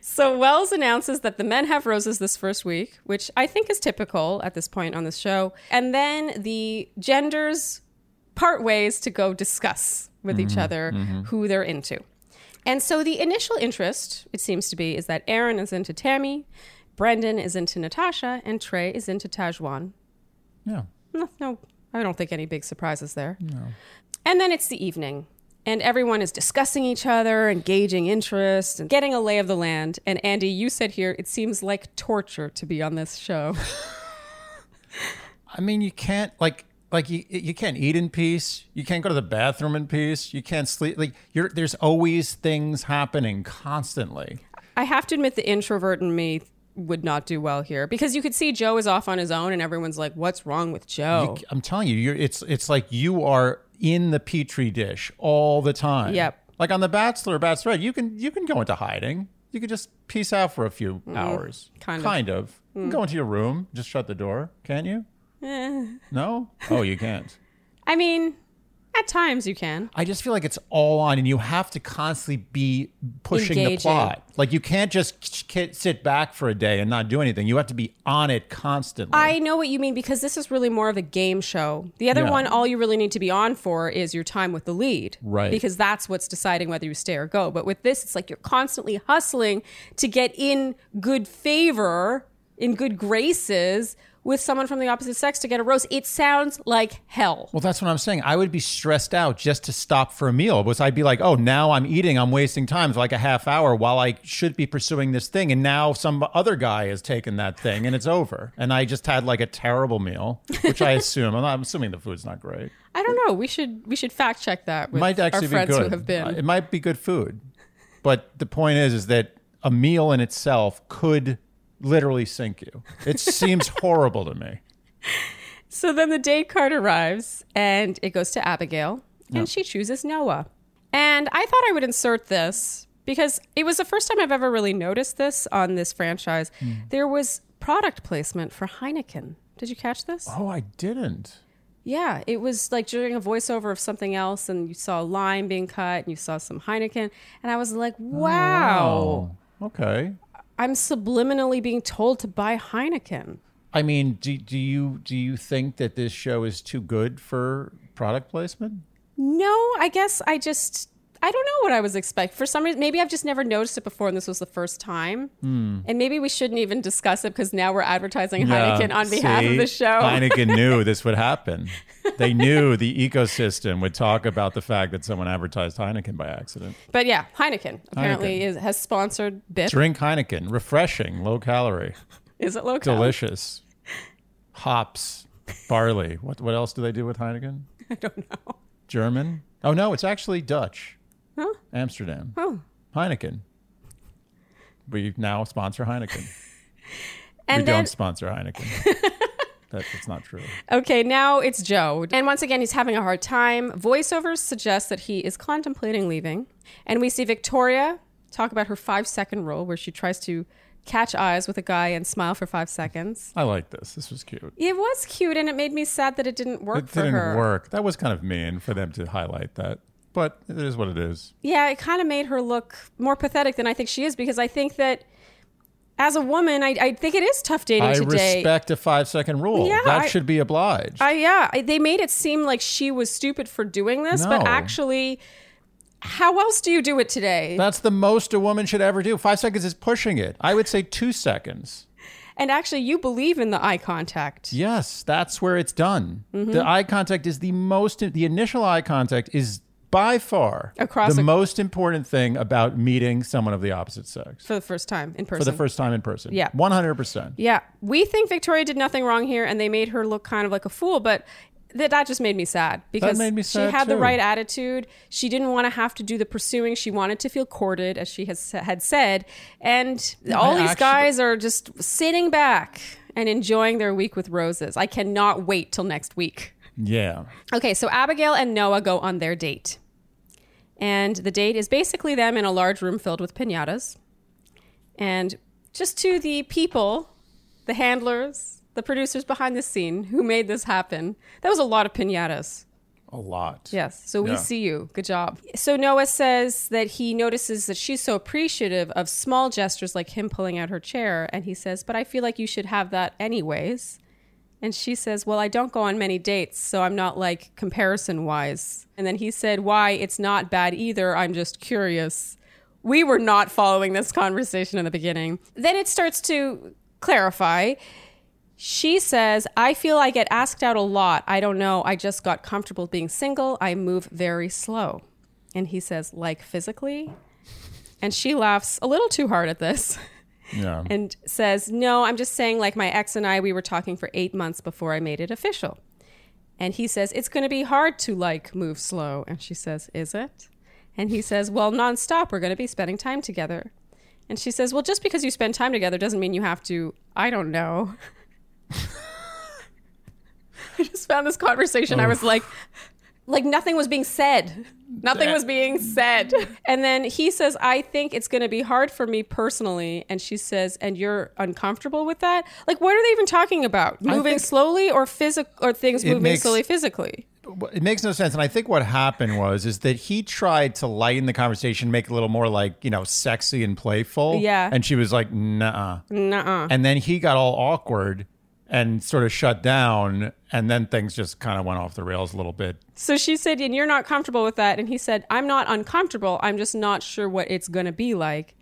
Speaker 3: So Wells announces that the men have roses this first week, which I think is typical at this point on the show. And then the genders part ways to go discuss with each other who they're into. And so the initial interest, it seems to be, is that Aaron is into Tammy, Brendan is into Natasha, and Trey is into Tajwan.
Speaker 1: Yeah.
Speaker 3: No, no, I don't think any big surprises there. No. And then it's the evening, and everyone is discussing each other, engaging interest, and getting a lay of the land. And Andy, you said here it seems like torture to be on this show.
Speaker 1: I mean, you can't like like you you can't eat in peace. You can't go to the bathroom in peace. You can't sleep. Like you're there's always things happening constantly.
Speaker 3: I have to admit, the introvert in me would not do well here because you could see Joe is off on his own, and everyone's like, "What's wrong with Joe?"
Speaker 1: I'm telling you, you're it's it's like you are in the petri dish all the time.
Speaker 3: Yep.
Speaker 1: Like on The Bachelor, Bachelorette, you can you can go into hiding. You could just peace out for a few hours.
Speaker 3: Mm-hmm. kind of. Mm.
Speaker 1: Kind of. You can Go into your room. Just shut the door. Can you?
Speaker 3: Eh.
Speaker 1: No. Oh, you can't.
Speaker 3: I mean, at times you can.
Speaker 1: I just feel like it's all on, and you have to constantly be pushing
Speaker 3: Engaging.
Speaker 1: the plot. Like you can't just k- k- sit back for a day and not do anything. You have to be on it constantly.
Speaker 3: I know what you mean because this is really more of a game show. The other
Speaker 1: Yeah.
Speaker 3: one, all you really need to be on for is your time with the lead.
Speaker 1: Right.
Speaker 3: Because that's what's deciding whether you stay or go. But with this, it's like you're constantly hustling to get in good favor, in good graces with someone from the opposite sex to get a roast. It sounds like hell.
Speaker 1: well, that's what I'm saying. I would be stressed out just to stop for a meal because I'd be like, oh, now I'm eating. I'm wasting time for like a half hour while I should be pursuing this thing. And now some other guy has taken that thing and it's over. And I just had like a terrible meal, which I assume. I'm, not, I'm assuming the food's not great.
Speaker 3: I don't know. We should we should fact check that with
Speaker 1: might
Speaker 3: our
Speaker 1: actually be
Speaker 3: friends
Speaker 1: good.
Speaker 3: who have
Speaker 1: Uh,
Speaker 3: been.
Speaker 1: It might be good food, but the point is, is that a meal in itself could literally sink you. It seems horrible to me.
Speaker 3: So then the date card arrives and it goes to Abigail and she chooses Noah. And I thought I would insert this because it was the first time I've ever really noticed this on this franchise. There was product placement for Heineken. Did you catch this?
Speaker 1: Oh, I didn't.
Speaker 3: Yeah, it was like during a voiceover of something else, and you saw a lime being cut, and you saw some Heineken, and I was like, wow.
Speaker 1: Okay.
Speaker 3: I'm subliminally being told to buy Heineken.
Speaker 1: I mean, do, do you do you think that this show is too good for product placement?
Speaker 3: No, I guess I just I don't know what I was expecting. For some reason, maybe I've just never noticed it before, and this was the first time.
Speaker 1: Hmm.
Speaker 3: And maybe we shouldn't even discuss it because now we're advertising Heineken on behalf of
Speaker 1: See?
Speaker 3: the show.
Speaker 1: Heineken knew this would happen. They knew the ecosystem would talk about the fact that someone advertised Heineken by accident.
Speaker 3: But yeah, Heineken apparently Is, has sponsored BIP.
Speaker 1: Drink Heineken, refreshing, low calorie,
Speaker 3: Is it local?
Speaker 1: delicious. Hops, barley. What what else do they do with Heineken? I don't know. German? Oh no, it's actually Dutch.
Speaker 3: Huh?
Speaker 1: Amsterdam.
Speaker 3: Oh.
Speaker 1: Heineken. We now sponsor Heineken. we
Speaker 3: And then
Speaker 1: don't sponsor Heineken. that, that's not true.
Speaker 3: okay, now it's Joe. And once again, he's having a hard time. Voiceovers suggest that he is contemplating leaving. And we see Victoria talk about her five second rule where she tries to catch eyes with a guy and smile for five seconds.
Speaker 1: I like this. This was cute.
Speaker 3: It was cute and it made me sad that it didn't work
Speaker 1: It
Speaker 3: for
Speaker 1: didn't
Speaker 3: her.
Speaker 1: work. That was kind of mean for them to highlight that, but it is what it is.
Speaker 3: Yeah, it kind of made her look more pathetic than I think she is because I think that as a woman, I, I think it is tough dating
Speaker 1: I
Speaker 3: today.
Speaker 1: respect a five second rule.
Speaker 3: Yeah,
Speaker 1: that
Speaker 3: I-
Speaker 1: should be obliged.
Speaker 3: I, yeah, I- they made it seem like she was stupid for doing this, but
Speaker 1: No.
Speaker 3: actually, how else do you do it today?
Speaker 1: That's the most a woman should ever do. Five seconds is pushing it. I would say two seconds.
Speaker 3: and actually, you believe in the eye contact.
Speaker 1: Yes, that's where it's done.
Speaker 3: Mm-hmm.
Speaker 1: The eye contact is the most, the initial eye contact is by far
Speaker 3: Across
Speaker 1: the
Speaker 3: a-
Speaker 1: most important thing about meeting someone of the opposite sex
Speaker 3: For the first time in
Speaker 1: for
Speaker 3: person.
Speaker 1: the first time in person.
Speaker 3: Yeah.
Speaker 1: 100%.
Speaker 3: yeah, we think Victoria did nothing wrong here, and they made her look kind of like a fool, but. That, that just made me sad because
Speaker 1: made me
Speaker 3: she
Speaker 1: sad
Speaker 3: had the
Speaker 1: too.
Speaker 3: right attitude. She didn't want to have to do the pursuing. She wanted to feel courted, as she has had said. And all these
Speaker 1: actually-
Speaker 3: guys are just sitting back and enjoying their week with roses. I cannot wait till next week.
Speaker 1: Yeah.
Speaker 3: Okay, so Abigail and Noah go on their date. And the date is basically them in a large room filled with pinatas. And just to the people, the handlers, the producers behind the scene who made this happen, that was a lot of pinatas.
Speaker 1: A lot.
Speaker 3: Yes. So we
Speaker 1: Yeah.
Speaker 3: see you. Good job. So Noah says that he notices that she's so appreciative of small gestures like him pulling out her chair. And he says, But I feel like you should have that anyways. And she says, Well, I don't go on many dates, so I'm not like comparison wise. And then he said, Why? It's not bad either. I'm just curious. We were not following this conversation in the beginning. Then it starts to clarify. She says, I feel I get asked out a lot. I don't know. I just got comfortable being single. I move very slow. And he says, like physically? And she laughs a little too hard at this
Speaker 1: Yeah.
Speaker 3: and says, No, I'm just saying, like my ex and I, we were talking for eight months before I made it official. And he says, It's going to be hard to like move slow. And she says, Is it? And he says, Well, nonstop, we're going to be spending time together. And she says, Well, just because you spend time together doesn't mean you have to, I don't know. I just found this conversation. I
Speaker 1: Oh.
Speaker 3: was like, like nothing was being said. Nothing was being said. And then he says, I think it's going to be hard for me personally. And she says, and you're uncomfortable with that? Like, what are they even talking about? Moving
Speaker 1: think-
Speaker 3: slowly or physical or things
Speaker 1: It
Speaker 3: moving
Speaker 1: makes-
Speaker 3: slowly physically?
Speaker 1: it makes no sense. And I think what happened was is that he tried to lighten the conversation, make it a little more like you know sexy and playful.
Speaker 3: Yeah. Mm-hmm.
Speaker 1: And she was like, "Nah."
Speaker 3: Nuh-uh.
Speaker 1: And then he got all awkward and sort of shut down. And then things just kind of went off the rails a little bit.
Speaker 3: So she said, and you're not comfortable with that. And he said, I'm not uncomfortable. I'm just not sure what it's going to be like.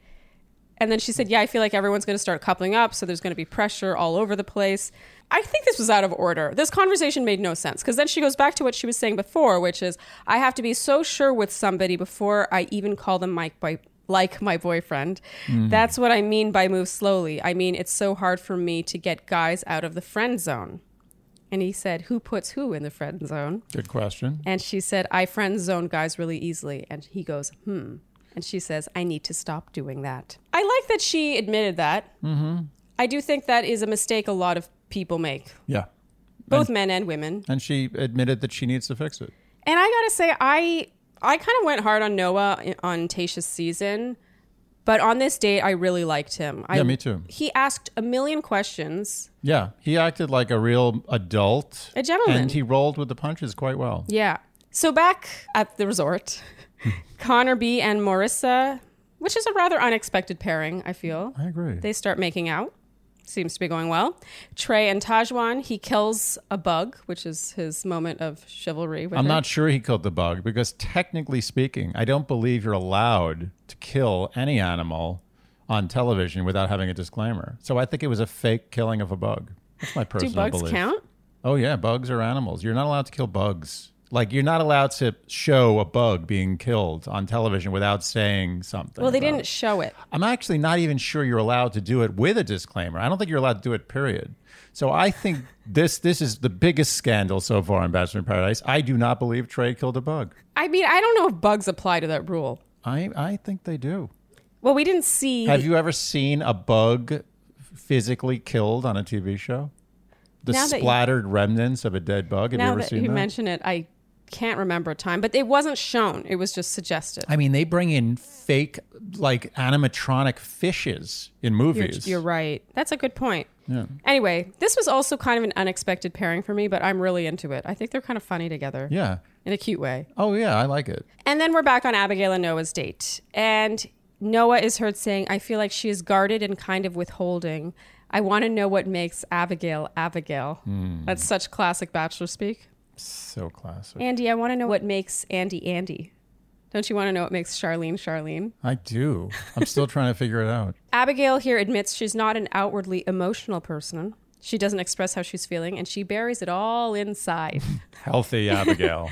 Speaker 3: And then she said, Yeah, I feel like everyone's going to start coupling up. So there's going to be pressure all over the place. I think this was out of order. This conversation made no sense because then she goes back to what she was saying before, which is, I have to be so sure with somebody before I even call them my, my, like my boyfriend. That's what I mean by move slowly. I mean, it's so hard for me to get guys out of the friend zone. And he said, Who puts who in the friend zone?
Speaker 1: Good question.
Speaker 3: And she said, I friend zone guys really easily. And he goes, hmm. And she says, I need to stop doing that. I like that she admitted that. Mm-hmm. I do think that is a mistake a lot of people make,
Speaker 1: Yeah.
Speaker 3: both men and women.
Speaker 1: And she admitted that she needs to fix it.
Speaker 3: And I gotta say, I I kind of went hard on Noah i- on eh, Tasha's season. But on this date, I really liked him. I,
Speaker 1: Yeah, me too.
Speaker 3: He asked a million questions.
Speaker 1: Yeah, he acted like a real adult,
Speaker 3: A gentleman.
Speaker 1: and he rolled with the punches quite well.
Speaker 3: Yeah. So back at the resort, Connor B and Marissa, which is a rather unexpected pairing, I feel.
Speaker 1: I agree.
Speaker 3: They start making out. Seems to be going well. Trey and Tajwan, he kills a bug, which is his moment of chivalry. With
Speaker 1: I'm
Speaker 3: her.
Speaker 1: not sure he killed the bug because, technically speaking, I don't believe you're allowed to kill any animal on television without having a disclaimer. So I think it was a fake killing of a bug. That's my
Speaker 3: Do
Speaker 1: personal
Speaker 3: bugs
Speaker 1: belief.
Speaker 3: count?
Speaker 1: Oh yeah, bugs are animals. You're not allowed to kill bugs. Like you're not allowed to show a bug being killed on television without saying something.
Speaker 3: Well, they
Speaker 1: about
Speaker 3: didn't
Speaker 1: it.
Speaker 3: show it.
Speaker 1: I'm actually not even sure you're allowed to do it with a disclaimer. I don't think you're allowed to do it. Period. So I think this this is the biggest scandal so far in Bachelor in Paradise. I do not believe Trey killed a bug.
Speaker 3: I mean, I don't know if bugs apply to that rule.
Speaker 1: I I think they do.
Speaker 3: Well, we didn't see.
Speaker 1: Have you ever seen a bug physically killed on a TV show? The
Speaker 3: Now that you-
Speaker 1: splattered remnants of a dead bug. Have you
Speaker 3: now
Speaker 1: ever
Speaker 3: that
Speaker 1: seen
Speaker 3: you
Speaker 1: that?
Speaker 3: mention it, I can't remember a time, but it wasn't shown. It was just suggested.
Speaker 1: I mean, they bring in fake, like animatronic fishes in
Speaker 3: You're,
Speaker 1: movies.
Speaker 3: you're right. That's a good point. Anyway, this was also kind of an unexpected pairing for me, but I'm really into it. I think they're kind of funny together
Speaker 1: yeah.
Speaker 3: in a cute way.
Speaker 1: Oh, yeah. I like it.
Speaker 3: And then we're back on Abigail and Noah's date. And Noah is heard saying, I feel like she is guarded and kind of withholding. I want to know what makes Abigail Abigail. That's such classic bachelor speak.
Speaker 1: So classic.
Speaker 3: Andy, I want to know what makes Andy Andy. Don't you want to know what makes Charlene Charlene?
Speaker 1: I do. I'm still trying to figure it out.
Speaker 3: Abigail here admits she's not an outwardly emotional person. She doesn't express how she's feeling and she buries it all inside.
Speaker 1: Healthy Abigail.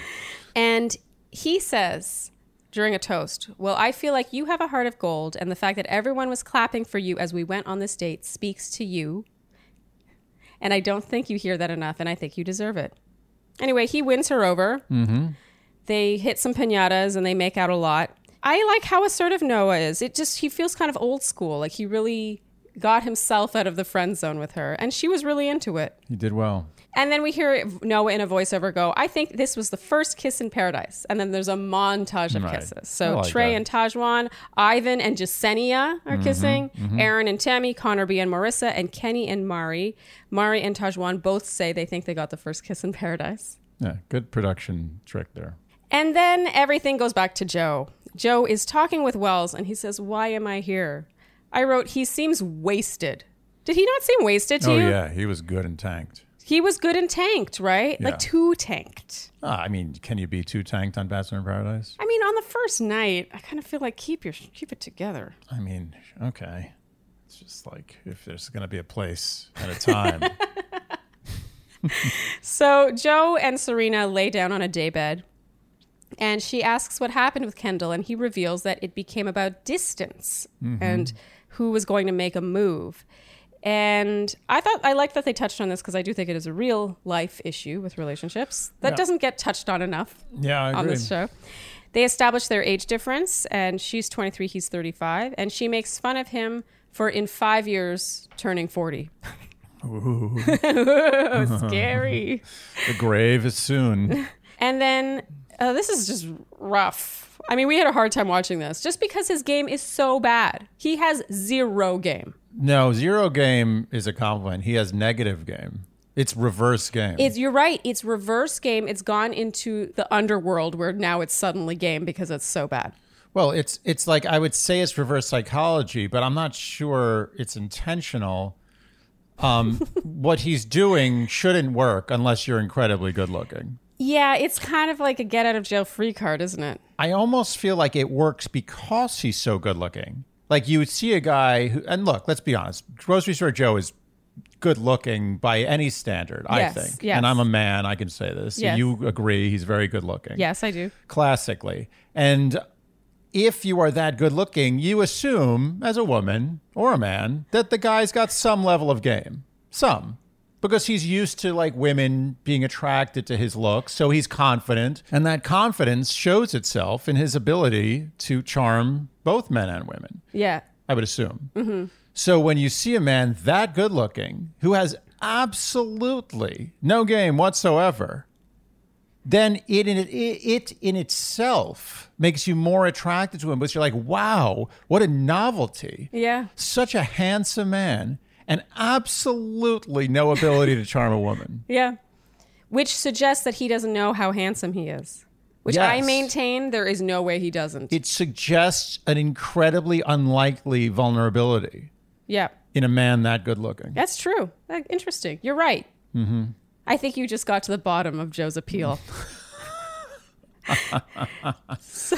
Speaker 3: And he says during a toast, Well, I feel like you have a heart of gold, and the fact that everyone was clapping for you as we went on this date speaks to you. And I don't think you hear that enough, and I think you deserve it. Anyway, he wins her over. They hit some pinatas and they make out a lot. I like how assertive Noah is. It just, he feels kind of old school. Like he really got himself out of the friend zone with her, and she was really into it.
Speaker 1: you did well.
Speaker 3: And then we hear Noah in a voiceover go, I think this was the first kiss in paradise. And then there's a montage of
Speaker 1: Right.
Speaker 3: kisses.
Speaker 1: I
Speaker 3: So
Speaker 1: like
Speaker 3: Trey
Speaker 1: that. Mm-hmm,
Speaker 3: and Tajwan, Ivan and Jasenia are kissing, Aaron and Tammy, Connor B and Marissa, and Kenny and Mari. Mari and Tajwan both say they think they got the first kiss in paradise.
Speaker 1: Yeah. Good production trick there.
Speaker 3: And then everything goes back to Joe. Joe is talking with Wells and he says, Why am I here? I wrote, He seems wasted. Did he not seem wasted to
Speaker 1: Oh,
Speaker 3: you?
Speaker 1: yeah. He was good and tanked.
Speaker 3: He was good and tanked, right?
Speaker 1: Yeah.
Speaker 3: Like too tanked.
Speaker 1: Ah, I mean, can you be too tanked on Bachelor in Paradise?
Speaker 3: I mean, on the first night, I kind of feel like keep your keep it together.
Speaker 1: I mean, okay. It's just like if there's going to be a place at a time.
Speaker 3: So Joe and Serena lay down on a daybed, and she asks what happened with Kendall, and he reveals that it became about distance and who was going to make a move. And I thought I liked that they touched on this because I do think it is a real life issue with relationships that
Speaker 1: Yeah.
Speaker 3: doesn't get touched on enough.
Speaker 1: yeah, I agree.
Speaker 3: on this show. They establish their age difference, and she's 23, he's 35, and she makes fun of him for in five years turning 40. Scary.
Speaker 1: The grave is soon.
Speaker 3: And then uh, this is just rough. I mean, we had a hard time watching this just because his game is so bad. He has zero game.
Speaker 1: No, zero game is a compliment. He has negative game. It's reverse game.
Speaker 3: It's you're right. It's reverse game. It's gone into the underworld where now it's suddenly game because it's so bad.
Speaker 1: well, it's it's like I would say it's reverse psychology, but I'm not sure it's intentional. Um, what he's doing shouldn't work unless you're incredibly good looking.
Speaker 3: Yeah, it's kind of like a get out of jail free card, isn't it?
Speaker 1: I almost feel like it works because he's so good looking. Like you would see a guy who, and look, let's be honest, grocery store Joe is good looking by any standard,
Speaker 3: Yes,
Speaker 1: I think.
Speaker 3: yes.
Speaker 1: And I'm a man, I can say this.
Speaker 3: Yes.
Speaker 1: You agree, he's very good looking.
Speaker 3: Yes, I do.
Speaker 1: classically. And if you are that good looking, you assume, as a woman or a man, that the guy's got some level of game. Some. Because he's used to like women being attracted to his looks, so he's confident, and that confidence shows itself in his ability to charm both men and women.
Speaker 3: Yeah.
Speaker 1: I would assume. So when you see a man that good looking who has absolutely no game whatsoever, then it in it, it in itself makes you more attracted to him. But you're like, wow, what a novelty!
Speaker 3: Yeah.
Speaker 1: Such a handsome man, and absolutely no ability to charm a woman.
Speaker 3: Yeah. Which suggests that he doesn't know how handsome he is. Which I
Speaker 1: Yes.
Speaker 3: maintain there is no way he doesn't.
Speaker 1: It suggests an incredibly unlikely vulnerability
Speaker 3: yeah.
Speaker 1: in a man that good looking.
Speaker 3: That's true. That- interesting. You're right. Mm-hmm. I think you just got to the bottom of Joe's appeal. so,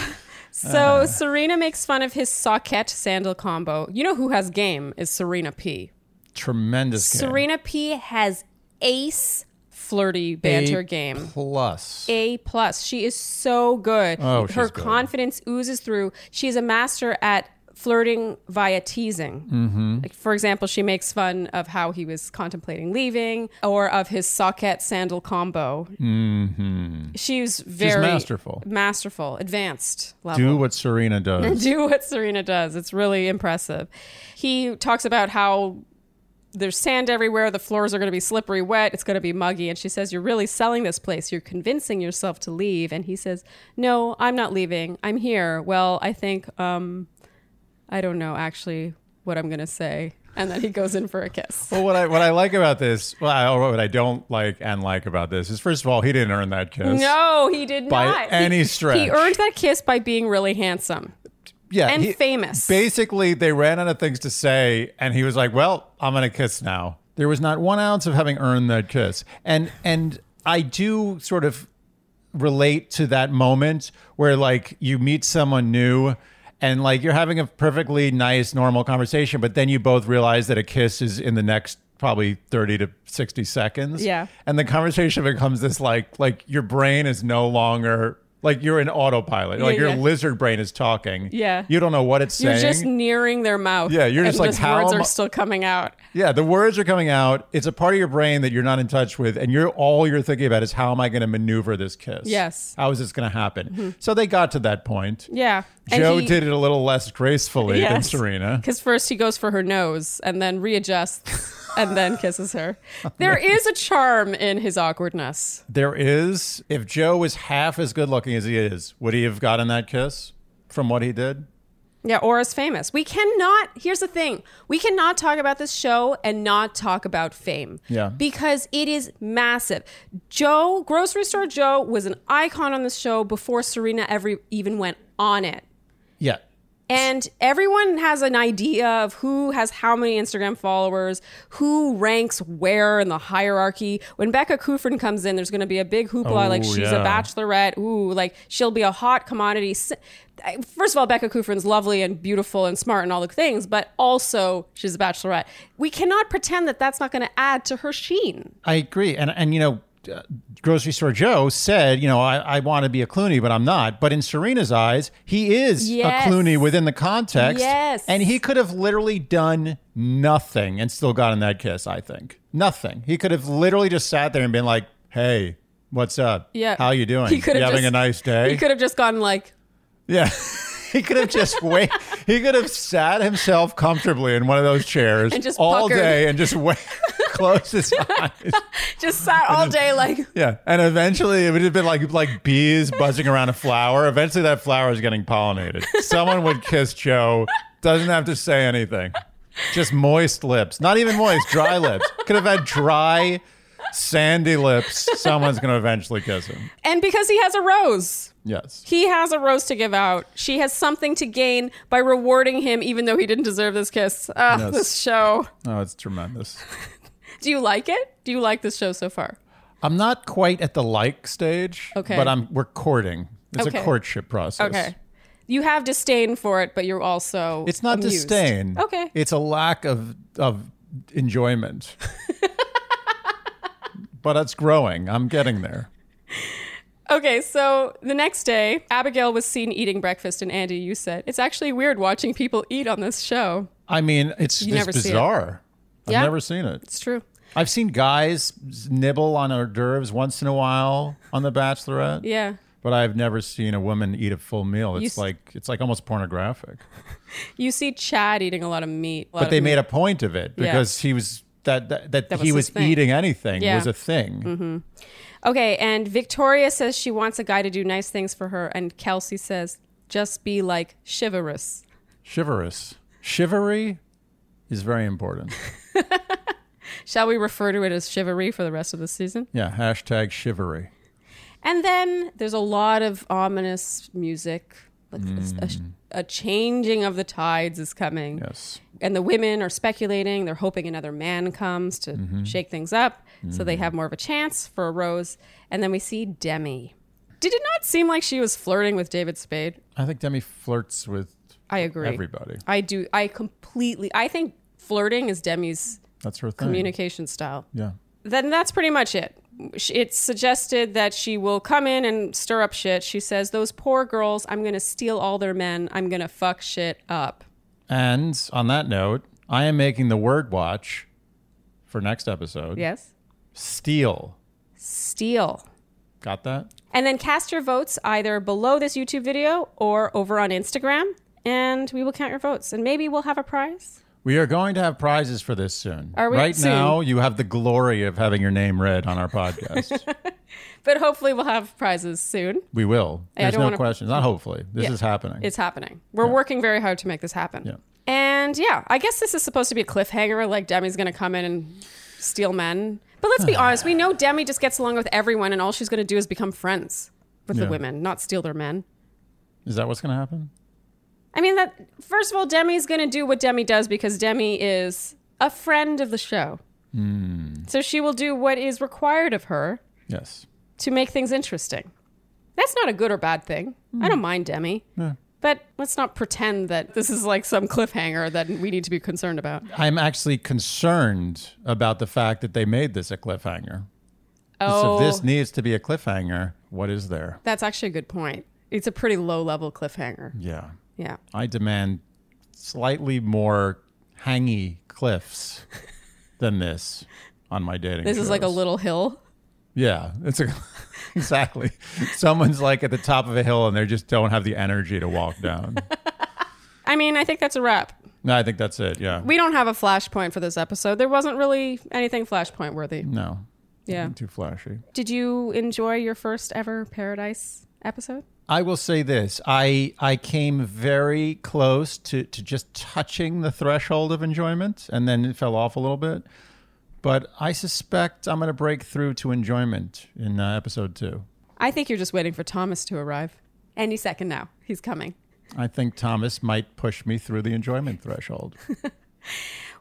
Speaker 3: so Serena makes fun of his socket sandal combo. You know who has game is Serena P.
Speaker 1: Tremendous game.
Speaker 3: Serena P has ace flirty banter game.
Speaker 1: Plus,
Speaker 3: A plus. She is so good.
Speaker 1: Oh, she's
Speaker 3: Her
Speaker 1: good.
Speaker 3: confidence oozes through. She is a master at flirting via teasing.
Speaker 1: Mm-hmm.
Speaker 3: Like, for example, she makes fun of how he was contemplating leaving, or of his socket sandal combo. Mm-hmm. She's very
Speaker 1: masterful.
Speaker 3: masterful, advanced level
Speaker 1: do what Serena does.
Speaker 3: do what Serena does. It's really impressive. He talks about how there's sand everywhere, the floors are going to be slippery wet, it's going to be muggy. And she says, You're really selling this place. You're convincing yourself to leave. And he says, No, I'm not leaving. I'm here. Well, I think, um, I don't know actually what I'm going to say. And then he goes in for a kiss.
Speaker 1: Well, what I what I like about this, well, I, or what I don't like and like about this is, first of all, he didn't earn that kiss.
Speaker 3: No, he did
Speaker 1: By
Speaker 3: not.
Speaker 1: any
Speaker 3: he,
Speaker 1: stretch.
Speaker 3: He earned that kiss by being really handsome
Speaker 1: yeah,
Speaker 3: and
Speaker 1: he-
Speaker 3: famous.
Speaker 1: Basically, they ran out of things to say, and he was like, "Well, I'm gonna kiss now." There was not one ounce of having earned that kiss, and and I do sort of relate to that moment where like you meet someone new. And like you're having a perfectly nice, normal conversation, but then you both realize that a kiss is in the next probably 30 to 60 seconds.
Speaker 3: Yeah.
Speaker 1: And the conversation becomes this like, like your brain is no longer, like you're in autopilot. Like your
Speaker 3: yeah.
Speaker 1: lizard brain is talking.
Speaker 3: Yeah.
Speaker 1: You don't know what it's
Speaker 3: You're
Speaker 1: saying.
Speaker 3: just nearing their mouth.
Speaker 1: Yeah, you're just
Speaker 3: and
Speaker 1: like,
Speaker 3: those
Speaker 1: how
Speaker 3: words
Speaker 1: am I-
Speaker 3: are still coming out.
Speaker 1: yeah, the words are coming out. It's a part of your brain that you're not in touch with, and you're all you're thinking about is how am I going to maneuver this kiss?
Speaker 3: Yes. Mm-hmm.
Speaker 1: How is this going to happen? So they got to that point.
Speaker 3: Yeah.
Speaker 1: Joe did it a little less gracefully than
Speaker 3: Yes.
Speaker 1: Serena.
Speaker 3: Because first he goes for her nose and then readjusts and then kisses her. There is a charm in his awkwardness.
Speaker 1: There is, if Joe was half as good looking as he is, would he have gotten that kiss from what he did?
Speaker 3: Yeah, or is famous. We cannot, here's the thing we cannot talk about this show and not talk about fame.
Speaker 1: Yeah.
Speaker 3: Because it is massive. Joe, Grocery Store Joe, was an icon on this show before Serena ever even went on it.
Speaker 1: Yeah.
Speaker 3: And everyone has an idea of who has how many Instagram followers, who ranks where in the hierarchy. When Becca Kufrin comes in, there's going to be a big hoopla.
Speaker 1: Oh,
Speaker 3: like she's
Speaker 1: yeah.
Speaker 3: a bachelorette. Ooh, like she'll be a hot commodity. S- I- First of all, Becca Kufrin's lovely and beautiful and smart and all the things, but also she's a bachelorette. We cannot pretend that that's not going to add to her sheen.
Speaker 1: I agree, and and you know, uh, grocery store Joe said, you know, I, I want to be a Clooney, but I'm not. But in Serena's eyes, he is
Speaker 3: Yes.
Speaker 1: a Clooney within the context.
Speaker 3: Yes.
Speaker 1: and he could have literally done nothing and still gotten that kiss. I think nothing. He could have literally just sat there and been like, "Hey, what's up?
Speaker 3: Yeah.
Speaker 1: how you doing?
Speaker 3: He could
Speaker 1: you
Speaker 3: have
Speaker 1: having
Speaker 3: just-
Speaker 1: a nice day?
Speaker 3: He could have just gone like,
Speaker 1: yeah." He could have just wait. He could have sat himself comfortably in one of those chairs
Speaker 3: just
Speaker 1: all
Speaker 3: puckered.
Speaker 1: day and just wait, close his eyes.
Speaker 3: just sat all day like,
Speaker 1: Yeah, and eventually it would have been like like bees buzzing around a flower. Eventually, that flower is getting pollinated. Someone would kiss Joe. Doesn't have to say anything. Just moist lips. Not even moist. Dry lips. Could have had dry, sandy lips. Someone's going to eventually kiss him.
Speaker 3: and because he has a rose.
Speaker 1: Yes.
Speaker 3: He has a rose to give out. She has something to gain by rewarding him, even though he didn't deserve this kiss. Ah,
Speaker 1: Yes.
Speaker 3: this show.
Speaker 1: Oh, it's tremendous.
Speaker 3: Do you like it? Do you like this show so far?
Speaker 1: I'm not quite at the like stage.
Speaker 3: Okay.
Speaker 1: But I'm we're courting. It's a
Speaker 3: Okay.
Speaker 1: courtship process.
Speaker 3: Okay. You have disdain for it, but you're also
Speaker 1: It's not
Speaker 3: amused.
Speaker 1: disdain.
Speaker 3: Okay.
Speaker 1: It's a lack of of enjoyment. but it's growing. I'm getting there.
Speaker 3: Okay, so the next day, Abigail was seen eating breakfast, and Andy, you said it's actually weird watching people eat on this show.
Speaker 1: I mean, it's just
Speaker 3: never see it.
Speaker 1: bizarre. I've
Speaker 3: Yeah.
Speaker 1: never seen it.
Speaker 3: It's true.
Speaker 1: I've seen guys nibble on hors d'oeuvres once in a while on The Bachelorette,
Speaker 3: Yeah.
Speaker 1: but I've never seen a woman eat a full meal. It's
Speaker 3: s- Uh,
Speaker 1: like it's like almost pornographic.
Speaker 3: You see Chad eating a lot of meat.
Speaker 1: But they made a point of it because he was that that, that,
Speaker 3: mm. That was
Speaker 1: he
Speaker 3: his
Speaker 1: was
Speaker 3: thing.
Speaker 1: eating anything
Speaker 3: Yeah. Mm-hmm.
Speaker 1: was a thing.
Speaker 3: Okay, and Victoria says she wants a guy to do nice things for her, and Kelsey says, just be like chivalrous.
Speaker 1: Chivalrous, chivalry is very important.
Speaker 3: Shall we refer to it as chivalry for the rest of the season?
Speaker 1: Yeah, hashtag chivalry.
Speaker 3: And then there's a lot of ominous music. Like a- a, changing of the tides is coming.
Speaker 1: Yes,
Speaker 3: And the women are speculating. They're hoping another man comes to shake things up so they have more of a chance for a rose. And then we see Demi. Did it not seem like she was flirting with David Spade?
Speaker 1: I think Demi flirts with
Speaker 3: I agree.
Speaker 1: everybody.
Speaker 3: I do. I completely. I think flirting is Demi's
Speaker 1: That's her thing.
Speaker 3: communication style.
Speaker 1: yeah.
Speaker 3: Then that's pretty much it. Sh- It's suggested that she will come in and stir up shit. She says, "Those poor girls. I'm gonna steal all their men. I'm gonna fuck shit up."
Speaker 1: And on that note, I am making the word watch for next episode.
Speaker 3: Yes.
Speaker 1: Steal.
Speaker 3: Steal.
Speaker 1: Got that?
Speaker 3: And then cast your votes either below this YouTube video or over on Instagram, and we will count your votes. And maybe we'll have a prize.
Speaker 1: We are going to have prizes for this soon.
Speaker 3: Are we-
Speaker 1: right
Speaker 3: Soon.
Speaker 1: now, you have the glory of having your name read on our podcast.
Speaker 3: But hopefully, we'll have prizes soon.
Speaker 1: we will.
Speaker 3: I
Speaker 1: There's
Speaker 3: don't
Speaker 1: no
Speaker 3: wanna-
Speaker 1: question. Not hopefully. This
Speaker 3: Yeah.
Speaker 1: is happening.
Speaker 3: It's happening. We're working very hard to make this happen.
Speaker 1: Yeah.
Speaker 3: And yeah, I guess this is supposed to be a cliffhanger. Like Demi's going to come in and steal men. But let's be honest. We know Demi just gets along with everyone, and all she's going to do is become friends with
Speaker 1: Yeah.
Speaker 3: the women, not steal their men.
Speaker 1: is that what's going to happen?
Speaker 3: I mean, that first of all, Demi's going to do what Demi does because Demi is a friend of the show.
Speaker 1: Hmm.
Speaker 3: So she will do what is required of her
Speaker 1: Yes.
Speaker 3: to make things interesting. That's not a good or bad thing. I don't mind Demi. But let's not pretend that this is like some cliffhanger that we need to be concerned about.
Speaker 1: I'm actually concerned about the fact that they made this a cliffhanger. So
Speaker 3: Oh,
Speaker 1: if this needs to be a cliffhanger, what is there?
Speaker 3: that's actually a good point. It's a pretty low level cliffhanger.
Speaker 1: Yeah.
Speaker 3: Yeah.
Speaker 1: I demand slightly more hangy cliffs than this on my dating.
Speaker 3: This is like a
Speaker 1: shows.
Speaker 3: little hill.
Speaker 1: Yeah, it's a exactly. Someone's like at the top of a hill and they just don't have the energy to walk down.
Speaker 3: I mean, I think that's a wrap.
Speaker 1: no, I think that's it. Yeah.
Speaker 3: We don't have a flashpoint for this episode. There wasn't really anything flashpoint worthy.
Speaker 1: no.
Speaker 3: Yeah.
Speaker 1: Too flashy.
Speaker 3: Did you enjoy your first ever Paradise episode?
Speaker 1: I will say this. I I came very close to, to just touching the threshold of enjoyment and then it fell off a little bit. But I suspect I'm going to break through to enjoyment in uh, episode 2.
Speaker 3: I think you're just waiting for Thomas to arrive. Any second now. He's coming.
Speaker 1: I think Thomas might push me through the enjoyment threshold.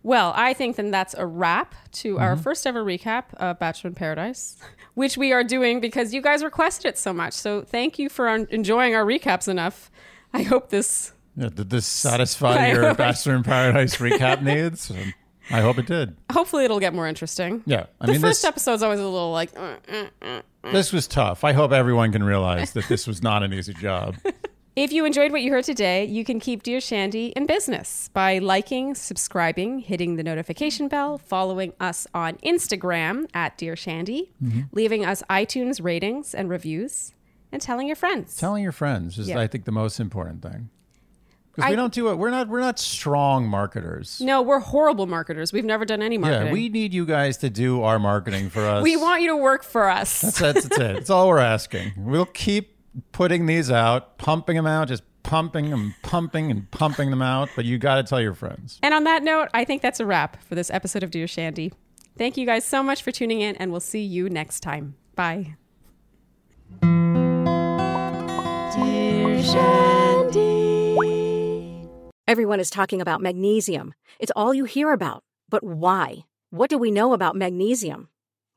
Speaker 3: Well, I think then that's a wrap to our
Speaker 1: Mm-hmm.
Speaker 3: first ever recap of Bachelor in Paradise, which we are doing because you guys requested it so much. So thank you for un- enjoying our recaps enough. I hope this
Speaker 1: Yeah, did this satisfy
Speaker 3: I
Speaker 1: your
Speaker 3: hope-
Speaker 1: Bachelor in Paradise recap needs? Um, I hope it did.
Speaker 3: hopefully it'll get more interesting.
Speaker 1: Yeah, I
Speaker 3: The
Speaker 1: mean
Speaker 3: first
Speaker 1: this
Speaker 3: episode's always a little like uh, uh, uh.
Speaker 1: this was tough. I hope everyone can realize that this was not an easy job.
Speaker 3: If you enjoyed what you heard today, you can keep Dear Shandy in business by liking, subscribing, hitting the notification bell, following us on Instagram at Dear Shandy,
Speaker 1: Mm-hmm.
Speaker 3: leaving us iTunes ratings and reviews, and telling your friends.
Speaker 1: Telling your friends is,
Speaker 3: Yeah.
Speaker 1: I think, the most important thing because
Speaker 3: I-
Speaker 1: we don't do it. We're not we're not strong marketers.
Speaker 3: no, we're horrible marketers. We've never done any marketing.
Speaker 1: Yeah, we need you guys to do our marketing for us.
Speaker 3: We want you to work for us.
Speaker 1: that's, that's it. That's all we're asking. We'll keep putting these out, pumping them out, just pumping and pumping and pumping them out. But you got to tell your friends.
Speaker 3: And on that note, I think that's a wrap for this episode of Dear Shandy. Thank you guys so much for tuning in, and we'll see you next time. Bye.
Speaker 2: Dear Shandy.
Speaker 4: Everyone is talking about magnesium. It's all you hear about. But why? What do we know about magnesium?